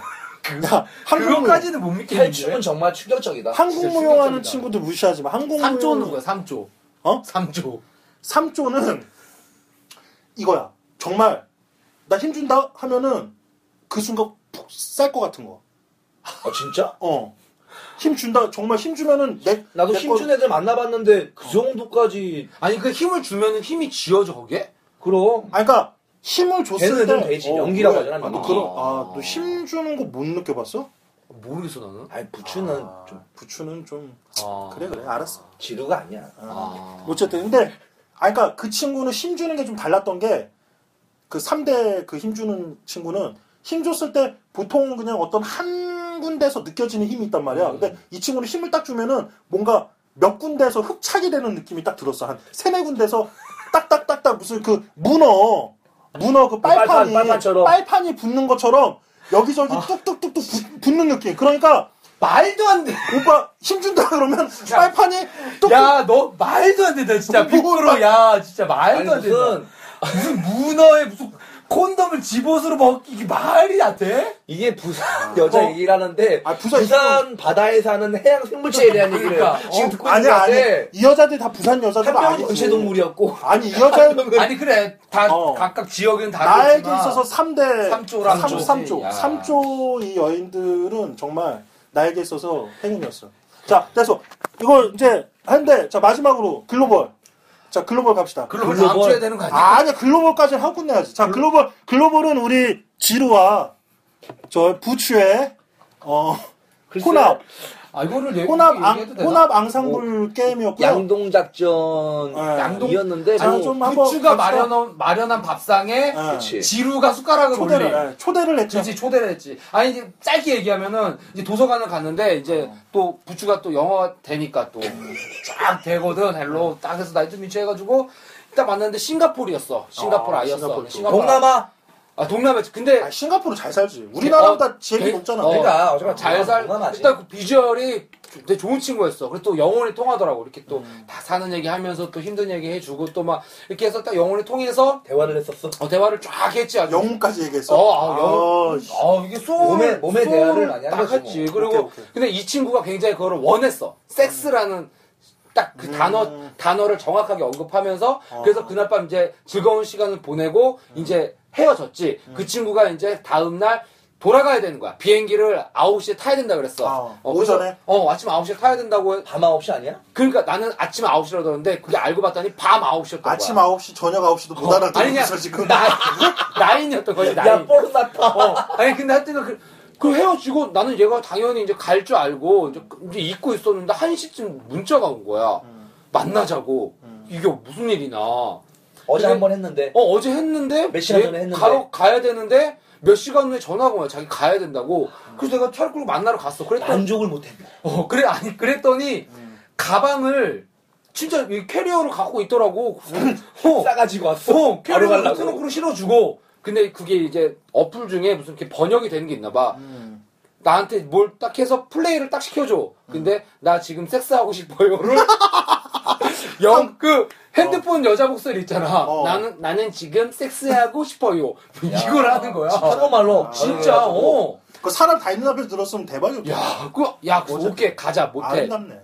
야, 한국 무-
그거까지는 못 믿겠는데.
탈춤은 정말 충격적이다.
한국
진짜
무용하는
충격적이다.
친구들 무시하지 마. 한국 무용
삼조는 거야 삼조.
어?
삼조.
3조는 이거야. 정말 나 힘준다 하면은 그 순간 푹 쌀 것 같은 거.
아 진짜?
어. 힘 준다. 정말 힘 주면은 내
나도
내
힘준 애들 만나봤는데
어.
그 정도까지
아니 그 힘을 주면은 힘이 지어져 거기에?
그럼
아 그러니까 힘을 줬을 때
걔는 좀 되지. 연기라고
그래.
하잖아, 어.
아, 너
연기.
그런 아, 너 힘 주는 거 못 느껴 봤어?
모르겠어 나는.
아니 부추는
아,
좀
부추는 좀
아.
그래 그래. 알았어.
지루가 아니야.
아.
어쨌든 근데 아 그러니까 그 친구는 힘 주는 게 좀 달랐던 게 그 3대 그 힘 주는 친구는 힘 줬을 때 보통 그냥 어떤 한 군데서 느껴지는 힘이 있단 말이야.
음.
근데 이 친구는 힘을 딱 주면은 뭔가 몇 군데에서 흡착이 되는 느낌이 딱 들었어. 한 세네 군데서 딱딱딱딱 무슨 그 문어 문어 그
빨판,
빨판이
빨판처럼. 아.
빨판이 붙는 것처럼 여기저기 뚝뚝뚝뚝 붙- 붙는 느낌. 그러니까
말도 안 돼.
오빠 힘 준다 그러면 빨판이 뚝뚝
야 너 말도 안 된다 진짜 빅그로 야 진짜
아니
말도 안 된다.
무슨
무슨 문어에 무슨 콘돔을 집옷으로 먹기 이게 말이 안 돼?
이게
아.
부산 여자
어.
얘기를 하는데
아, 부산
바다에 사는 해양 생물체에 대한 얘기를
그러니까,
지금
어.
듣고
아니 아니
있는데
이 여자들 다 부산 여자들
한 명은
아니지.
전체동물이었고
아니 이 여자
아니 그래 다
어.
각각 지역은 다르지만
나에게 있어서 3대
삼조랑
삼-
삼조.
삼조
야.
삼조 이 여인들은 정말 나에게 있어서 행운이었어. 자, 그래서 이걸 이제 한데 자 마지막으로 글로벌. 자 글로벌 갑시다.
글로벌 다음 주에 되는 거 아니야?
아, 아니야 글로벌까지는 하고 끝내야지. 자 글로벌 글로벌은 우리 지루와 저 부추의 어 혼합
아 이거를 얘-
혼합 앙,
얘기해도 되나?
혼합 앙상블 게임이었고요.
양동
네.
아,
작전이었는데
자,
뭐
좀 한번 갑시다.
부추가 마련한, 마련한 밥상에
아,
그치.
지루가 숟가락을
초대를
올린
예, 초대를 했죠.
그렇지 초대를 했지. 아니 이제 짧게 얘기하면은 이제 도서관을 갔는데 이제
어.
또 부추가 또 영어 되니까 또 쫙 되거든 헬로 딱 해서 나이트 미치 해가지고 딱 봤는데 싱가포르였어. 싱가포르
아,
아, 이였어
싱가포르.
동남아
아 동남아지. 근데
아, 싱가포르 잘 살지. 우리나라보다 재미
개-
높잖아.
어,
그러니까 어차피
잘 살.
동남아지.
일단 그 비주얼이 되게 좋은 친구였어. 그리고 또 영혼이 통하더라고. 이렇게 또 다
음.
사는 얘기 하면서 또 힘든 얘기 해주고 또 막 이렇게 해서 딱 영혼이 통해서
대화를 했었어.
어, 대화를 쫙 했지 아주.
영웅까지 얘기했어.
어, 아, 영웅.
어, 씨.
아 이게 소울
몸에- 몸에
소울을
대화를 많이 한
딱
거지,
했지
뭐.
그리고
오케이, 오케이.
근데 이 친구가 굉장히 그거를 원했어 섹스라는 딱 그
음.
단어 단어를 정확하게 언급하면서
어.
그래서 그날 밤 이제 즐거운 시간을 보내고
음.
이제 헤어졌지 그 친구가 이제 다음 날 돌아가야 되는 거야 비행기를 9시에 타야 된다 그랬어
아,
그래서-
오전에?
어 아침 9시에 타야 된다고 해-
밤아 없이 아니야?
그러니까 나는 아침 9시라고 들었는데 그게 알고 봤더니 밤 9시였던 거야
아침 9시, 저녁 9시도 못 알아듣고
아니냐
있어, 지금.
나인 나인이었던 거지 나인
야 뽀로 났다.
어. 아니 근데 하여튼 그, 그 헤어지고 나는 얘가 당연히 이제 갈 줄 알고 이제, 그- 이제 잊고 있었는데 한 시쯤 문자가 온 거야.
음.
만나자고. 이게 무슨 일이나. 어,
어제
근데-
한 번 했는데
어제 했는데
몇 시간
얘
전에 했는데.
가러 가야 되는데 몇 시간 후에 전화가 온 거야. 자기 가야 된다고.
음.
그래서 내가 차를 끌고 만나러 갔어. 그랬더니
만족을 못했네.
어, 그래 아니 그랬더니
음.
가방을 진짜 이 캐리어로 갖고 있더라고. 어.
싸가지고 왔어.
어,
바로
캐리어를
가려고.
트렁크로 실어주고. 근데 그게 이제 어플 중에 무슨 이렇게 번역이 되는 게 있나 봐.
음.
나한테 뭘 딱 해서 플레이를 딱 시켜줘. 근데 나 지금 섹스하고 싶어요를 영 그 핸드폰 여자 목소리 있잖아.
아, 어.
나는 나는 지금 섹스하고 싶어요. 이걸 하는 거야. 아,
한국말로
진짜 어.
그 사람 다 있는 앞에서 들었으면 대박이었다.
야, 그야 오케이 가자 못해.
아름답네.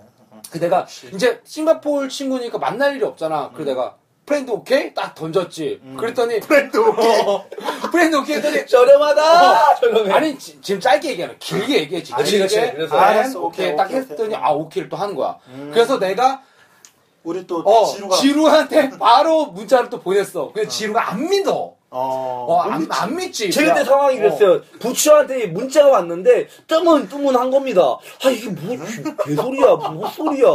그 내가 이제 싱가포르 친구니까 만날 일이 없잖아. 그래 내가 프렌드 오케이 딱 던졌지. 그랬더니
음. 프렌드 오케이.
프렌드 오케이 했더니
저렴하다.
어.
저렴해.
아니 지, 지금 짧게 얘기하는 길게 얘기했지.
그렇지,
길게.
그렇지. 그래서
아,
알았어,
알았어.
오케이, 음.
오케이,
딱
오케이,
했더니
오케이.
아 오케이를 또 하는 거야. 그래서 내가
우리 또
어
지루가.
한테 바로 문자를 또 보냈어. 근데 지루가 안 믿어.
어.
어안 안 믿지.
제 그때
그냥,
상황이
어.
그랬어요. 부추한테 문자가 왔는데 뜨문뜨문한 겁니다. 아 이게
어?
무슨 개소리야, 무슨 헛소리야.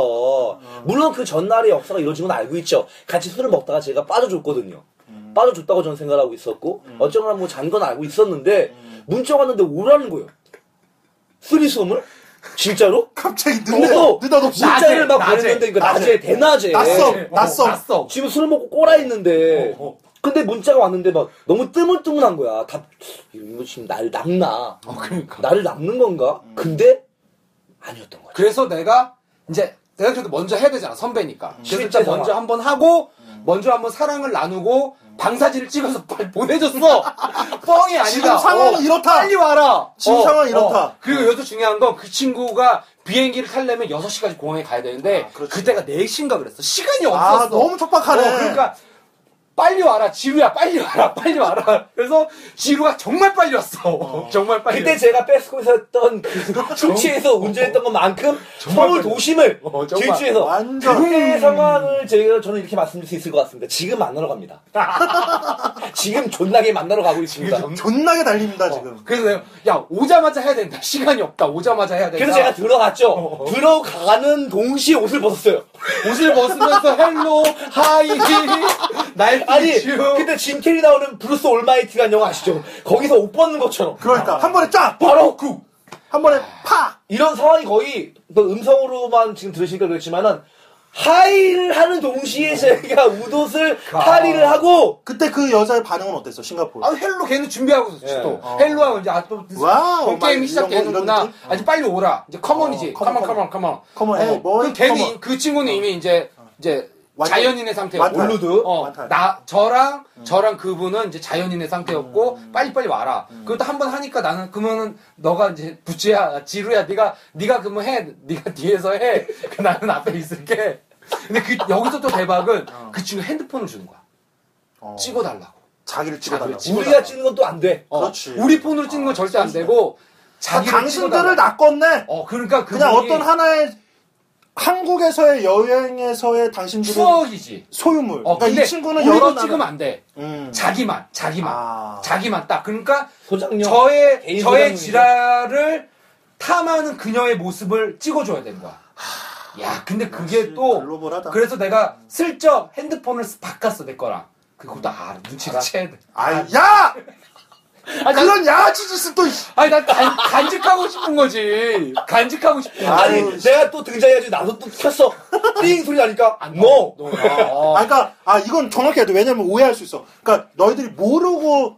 물론 그 전날의 역사가 이루어진 건 알고 있죠. 같이 술을 먹다가 제가 빠져줬거든요.
음.
빠져줬다고 저는 생각하고 있었고 어쩌거나 뭐 잔 건 알고 있었는데
음.
문자가 왔는데 오라는 거예요. 쓰리섬을? 진짜로?
갑자기 늦네.
어.
느닷없이.
나-
문자를 막
낮에,
보냈는데 이거
낮에.
낮에 대낮에
낯선.
어,
낯선.
낯선.
지금 술 먹고 꼬라 했는데
어, 어.
근데 문자가 왔는데 막 너무 뜨문뜨문한 거야. 답 이거 뭐 지금 날 낚나?
어 그러니까. 음.
나를 낚는 건가? 근데 아니었던 거야.
그래서 내가 이제 내가 그래도 먼저 해야 되잖아 선배니까. 그래서
실제
일단 먼저
상황.
한번 하고 먼저 한번 사랑을 나누고 방사진을 찍어서 빨리 보내줬어. 뻥이 아니다.
지금 상황은
어,
이렇다.
빨리 와라.
지금 상황은 이렇다.
그리고 여기서 중요한 건 그 친구가 비행기를 타려면 6시까지 공항에 가야 되는데
아, 그렇지.
그때가 4시인가 그랬어. 시간이 없었어.
아, 너무 촉박하네.
어, 그러니까 빨리 와라 지루야 빨리 와라 빨리 와라 그래서 지루가 정말 빨리 왔어 정말 빨리
그때 제가 백스코에서 했던 그 충치에서 운전했던 것만큼 서울
어, 정말
도심을
어, 정말.
질주해서
완전.
그때 상황을 제가 저는 이렇게 말씀드릴 수 있을 것 같습니다. 지금 만나러 갑니다. 지금 존나게 만나러 가고 있습니다.
존나게
어.
달립니다, 지금.
그래서 내가 야 오자마자 해야 된다 시간이 없다 오자마자 해야 된다
그래서 제가 들어갔죠. 들어가는 동시에 옷을 벗었어요.
옷을 벗으면서 헬로 하이 나이스
아니
슈
그때 짐 캐리 나오는 브루스 올마이트라는 영화 아시죠? 거기서 옷 벗는 것처럼
그러니까. 한 번에 쫙!
바로 그
한 번에 파!
이런 상황이 거의 뭐 음성으로만 지금 들으시니까 그렇지만은 하이를 하는 동시에 제가 우옷을 하리를 하고
그때 그 여자의 반응은 어땠어, 싱가포르?
아 헬로 걔는 준비하고 있었지
예.
또 헬로하고 이제 아또
어. 와우, 막 이런 거,
게임이
이런
시작되는구나
느낌?
아니 빨리 오라 이제 컴온이지
어,
컴온
컴온,
컴온 컴온
컴온, 헤이, 뭐이,
그 걔는
컴온.
이- 그 친구는 이미 이제 이제
완전- 음.
자연인의 상태였고
완탈.
올루드?
완탈.
어나 저랑 저랑 그분은 이제 자연인의 상태였고
음.
빨리 빨리 와라 그것도 한 번 하니까 나는 그러면은 너가 이제 부채야 지루야 네가 네가 그러면 해 네가 뒤에서 해그 나는 앞에 있을게 근데 그 여기서 또 대박은 그 친구 핸드폰을 주는 거야
어.
찍어달라고
자기를
자기를
찍어달라고.
찍-
우리가 찍는 건 또 안 돼.
어,
그렇지.
우리 폰으로 찍는 건 절대 안 되고
다
자기를
아, 당신들을
찍어달라.
낚았네!
어 그러니까
그냥
그분이
어떤 하나의 한국에서의 여행에서의 당신들은
추억이지.
소유물.
어,
그러니까
근데
이 친구는
우리도
여러
찍으면
나라-
안 돼.
음.
자기만, 자기만,
아.
자기만 딱. 그러니까
소장용
저의
개인
저의
소장용이죠.
지랄을 탐하는 그녀의 모습을 찍어줘야 되는 거야. 야, 근데 그게 또
글로벌하다.
그래서 내가 슬쩍 핸드폰을 바꿨어 내 거랑. 그것도 아 눈치가 채.
아, 야!
아니, 난-
그런 야치 짓은 또
아니 난 간, 간직하고 싶은 거지. 간직하고 싶은 거지.
아니
아유,
내가 또 등장해가지고 나도 또 켰어 띵 소리 나니까
안
no
너, 너, 아,
아, 그러니까 아 이건 정확해야 돼. 왜냐면 오해할 수 있어. 그러니까 너희들이 모르고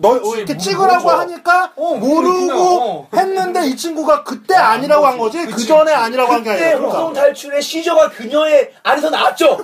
너
어, 뭐 그렇지,
이렇게
모르고.
찍으라고 하니까
어,
모르고
그렇구나. 어.
했는데 이 친구가 그때 아니라고 한 거지. 그 전에 아니라고 한 게
그때
아니라. 그러니까.
홍성 탈출의 시저가 그녀의 안에서 나왔죠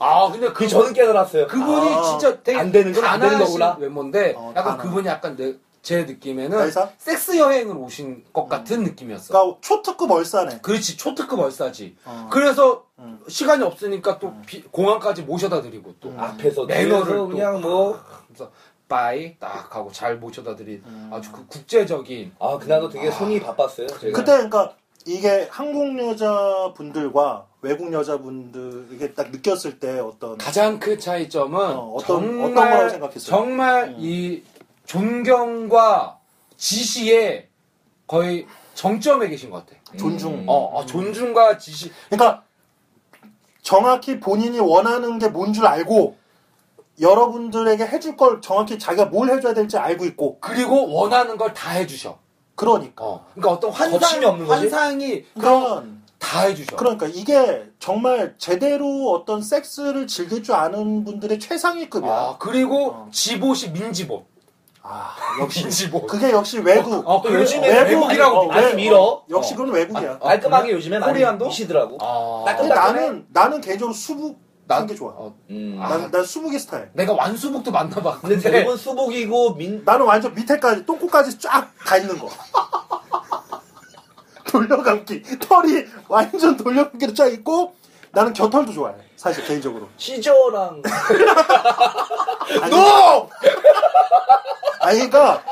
아 근데 그
그 저는 깨달았어요
그분이
아,
진짜 되게
안 되는 건안 되는
가난하신
거구나.
외모인데
어,
약간
가난.
그분이 약간 내, 제 느낌에는
날사?
섹스 여행을 오신 것
음.
같은 느낌이었어.
그러니까 초특급 얼싸네.
그렇지 초특급 얼싸지.
어.
그래서
음.
시간이 없으니까 또 비- 공항까지 모셔다 드리고 또
음.
앞에서
매너를
뒤에서
또.
그냥 뭐
그래서 빠이 딱 하고 잘 모셔다 드린
음.
아주 그 국제적인
아, 그날도 되게 손이 바빴어요. 제가.
그때 그러니까 이게 한국 여자분들과 외국 여자분들 이게 딱 느꼈을 때 어떤
가장 큰 차이점은
어, 어떤-
정말,
어떤 거라고 생각했어요? 음.
정말 이 존경과 지시의 거의 정점에 계신 것 같아.
존중.
어, 어, 존중과 지시.
그러니까 정확히 본인이 원하는 게 뭔 줄 알고 여러분들에게 해줄 걸 정확히 자기가 뭘 해줘야 될지 알고 있고
그리고 원하는 걸 다 해주셔.
그러니까
어, 그러니까 어떤 환상,
거침이 없는 거지?
환상이
그런
다 해주셔.
음. 그러니까 이게 정말 제대로 어떤 섹스를 즐길 줄 아는 분들의 최상위급이야.
아, 그리고
어.
집옷이 민집옷.
아,
민집옷.
그게 역시 외국.
어,
또
그래?
요즘에
어,
외국이라고
외국이라고.
어,
많이
외-
밀어.
역시 그건 외국이야.
아,
깔끔하게 요즘에 많이
코리안도?
미시더라고.
아,
딱
근데 어, 나는 나는 개인적으로 수북
나-
한게 좋아.
어,
음.
아.
난, 난 수북이 스타일.
내가 완수복도
근데 네
만나봤는데.
대부분 수복이고 민
나는 완전 밑에까지 똥꼬까지 쫙 다 있는 거. 돌려감기 털이 완전 돌려감기로 쫙 있고 나는 겨털도 좋아해. 사실 개인적으로.
시저랑
NO! 아니 그러니까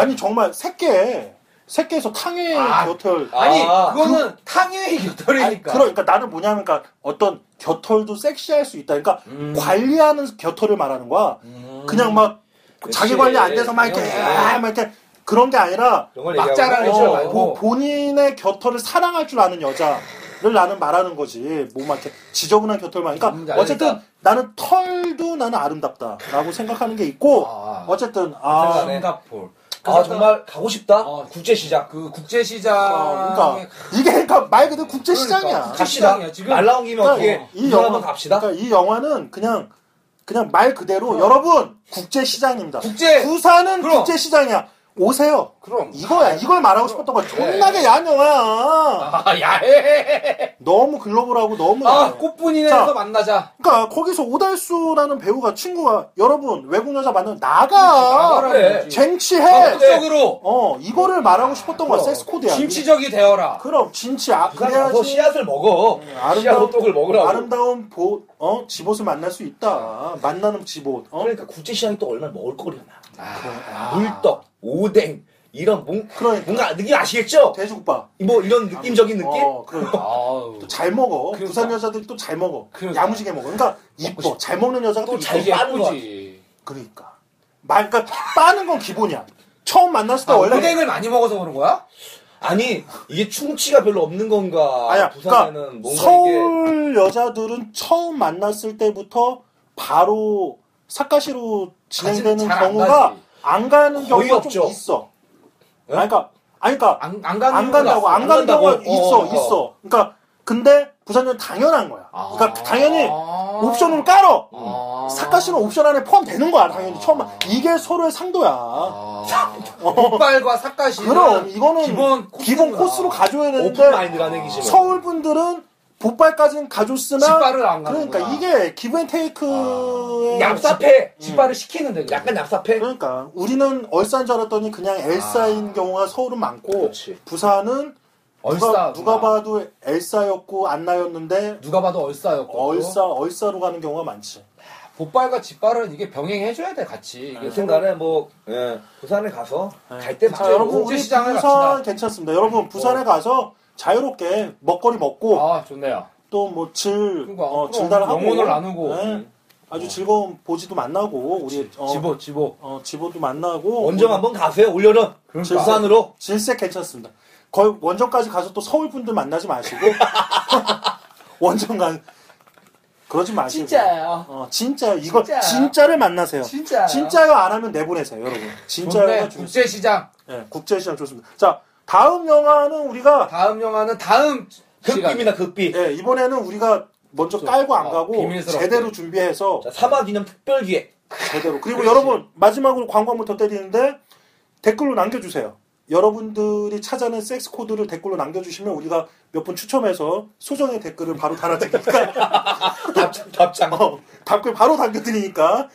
아니 정말 새끼에 새끼에서 탕웨이
아,
겨털
아니
아,
그거는 탕웨이
아니,
겨털이니까.
그러- 그러니까 나는 뭐냐면 그러니까 어떤 겨털도 섹시할 수 있다. 그러니까
음.
관리하는 겨털을 말하는 거야. 그냥 막 자기
그치.
관리 안 돼서 막 이렇게
당연하지.
아, 막 이렇게 그런 게 아니라
그런 걸
막자랑
얘기하고.
해줘.
어.
말고.
보- 본인의 겨털을 사랑할 줄 아는 여자를 나는 말하는 거지. 뭐막 이렇게 지저분한 겨털만. 그러니까
음,
뭔지
어쨌든
알겠다.
나는 털도 나는 아름답다라고 생각하는 게 있고
아.
어쨌든 아
생각하네.
싱가폴.
아 정말 가고 싶다.
어.
국제 시장.
그 국제 시장.
어,
아.
그러니까 이게 그러니까 말 그대로 국제 시장이야.
그러니까.
갑시다.
시장이야, 지금.
말 나온 김에
그러니까
어떻게 이 영화 한번 갑시다.
그러니까 이 영화는 그냥 그냥 말 그대로 여러분 국제 시장입니다.
어. 국제!
부산은
그럼.
국제 시장이야. 오세요.
그럼.
이거야. 이걸 말하고 싶었던 거야. 존나게 야한 영화야.
네. 아 야해.
너무 글로벌하고 너무
아
야해. 자.
꽃분이네에서 만나자.
그러니까 거기서 오달수라는 배우가 친구가 여러분 외국 여자 만나면 나가
나가라
그래.
그러지.
쟁취해
적극적으로
어 이거를 말하고 싶었던 거야
그럼.
섹스 코드야
진취적이 되어라.
그럼 진치 아
부산 가서
그래야지
씨앗을 먹어. 씨앗
아름다운
호떡을 먹으라고.
아름다운 보, 어 집옷을 만날 수 있다 만나는 집옷 어
그러니까 국제 시장이 또 얼마나 먹을거리가 많아.
아,
물떡, 오뎅 이런 뭔
그러니까.
뭔가 느낌 아시겠죠?
돼지국밥
뭐 이런 느낌적인 느낌?
아, 어 그러니까
아우.
또 잘 먹어
그러니까.
부산 여자들이 또 잘 먹어
그러니까.
야무지게 먹어 그러니까 이뻐 잘 먹는 여자가 또
또
이뻐
잘-
되게
빠는 것
예쁘지.
그러니까 말 그러니까 빠는 건 기본이야 처음 만났을 때
아,
원래
오뎅을 많이 먹어서 그런 거야?
아니 이게 충치가 별로 없는 건가?
아니야,
부산에는
그러니까
뭔가 이게
서울 여자들은 처음 만났을 때부터 바로 사카시로 진행되는
가지- 잘안
경우가
가지.
안 가는
거의
경우가
없죠.
좀 있어. 아니, 그러니까, 아니, 그러니까
안, 안 가는
안
이유가
간다고
없어.
안 가는
간다고.
경우가 있어
어, 어.
있어. 그러니까 근데 부산은 당연한 거야.
아.
그러니까 당연히
아.
옵션을 깔어.
아.
사카시는 옵션 안에 포함되는 거야 당연히 처음 만- 이게 서로의 상도야.
아. 이빨과 삿갓이
그럼 이거는
기본 코스구나.
기본 코스로 가져야
오픈
되는데
마인드라는 얘기지. 뭐.
서울 분들은 복발까지는 가줬으나
집발을 안
그러니까
가는구나.
이게
아.
기브앤테이크의
얍삽해.
집발을 시키는데 그냥.
약간 얍삽해.
그러니까 우리는 얼싸인 줄 알았더니 그냥 엘사인 경우가 서울은 많고
그렇지.
부산은 누가,
아. 얼싸구나.
누가 봐도 엘사였고 안나였는데
누가 봐도 얼싸였고
얼싸 얼싸로 가는 경우가 많지.
보빨과 짓빨은 이게 병행해줘야 돼 같이. 이게
여튼 간에 뭐, 예, 부산에 가서
네.
갈 때
네. 자,
맞아요.
여러분 우리
국제시장을
부산
갑시다. 어.
괜찮습니다. 여러분 부산에 가서 자유롭게 먹거리 먹고
아 좋네요.
또 뭐질
그러니까
어,
그럼
질달하고
영혼을 나누고. 어.
네. 아주 즐거운 보지도 만나고 우리 어,
집어 집어.
어, 집어도 만나고
원정 한번 가세요, 올여름.
그러니까.
부산으로.
질색 괜찮습니다. 거의 원정까지 가서 또 서울 분들 만나지 마시고 원정 가 그러지 마시고
진짜요.
어, 진짜 이거
진짜요.
진짜. 를 만나세요.
진짜요.
진짜요 안 하면 내보내세요, 여러분. 진짜요가
좋네.
중요.
국제시장.
예, 국제시장 좋습니다. 자 다음 영화는 우리가
다음 영화는 다음 시간에.
극비입니다, 극비.
예, 이번에는 우리가 먼저 깔고 안
어,
가고
비밀스럽게.
제대로 준비해서
자, 사막 기념 특별 기획.
제대로. 그리고 여러분 마지막으로 광고 한번 더 때리는데 댓글로 남겨주세요. 여러분들이 찾아낸 섹스 코드를 댓글로 남겨주시면 우리가 몇 분 추첨해서 소정의 댓글을 바로 달아드리니까
그 답장.
어, 답글 바로 남겨드리니까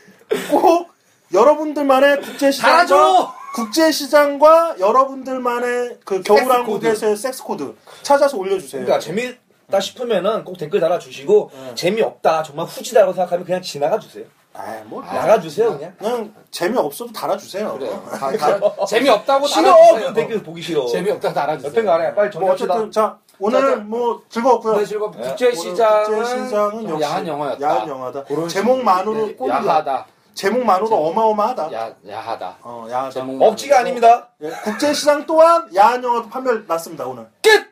꼭 여러분들만의 국제시장과
달아줘!
국제시장과 여러분들만의 그 겨울왕국에서의 섹스 코드 찾아서 올려주세요.
그러니까
음.
재미있다 싶으면은 꼭 댓글 달아주시고,
네.
재미없다, 정말 후지다라고 생각하면 그냥 지나가주세요.
아, 뭐
나가주세요, 그냥.
그냥 재미 없어도 달아주세요.
그래요. 다, 다, 재미없다고
싫어! 그
달아주세요.
댓글 보기 싫어.
재미없다고 달아주세요.
여튼 간에 빨리
뭐
정리합시다.
어쨌든 자 오늘
자, 자.
뭐 즐거웠고요.
오늘 즐거운
예.
국제시장은,
국제시장은
좀
역시
야한 영화였다.
야한 영화다.
그런
제목만으로
식으로
꼴
야하다.
제목만으로 어마어마하다.
야, 야하다.
어, 야하다.
제목만.
억지가 아닙니다.
예, 국제시장 또한 야한 영화도 판별 났습니다 오늘.
끝!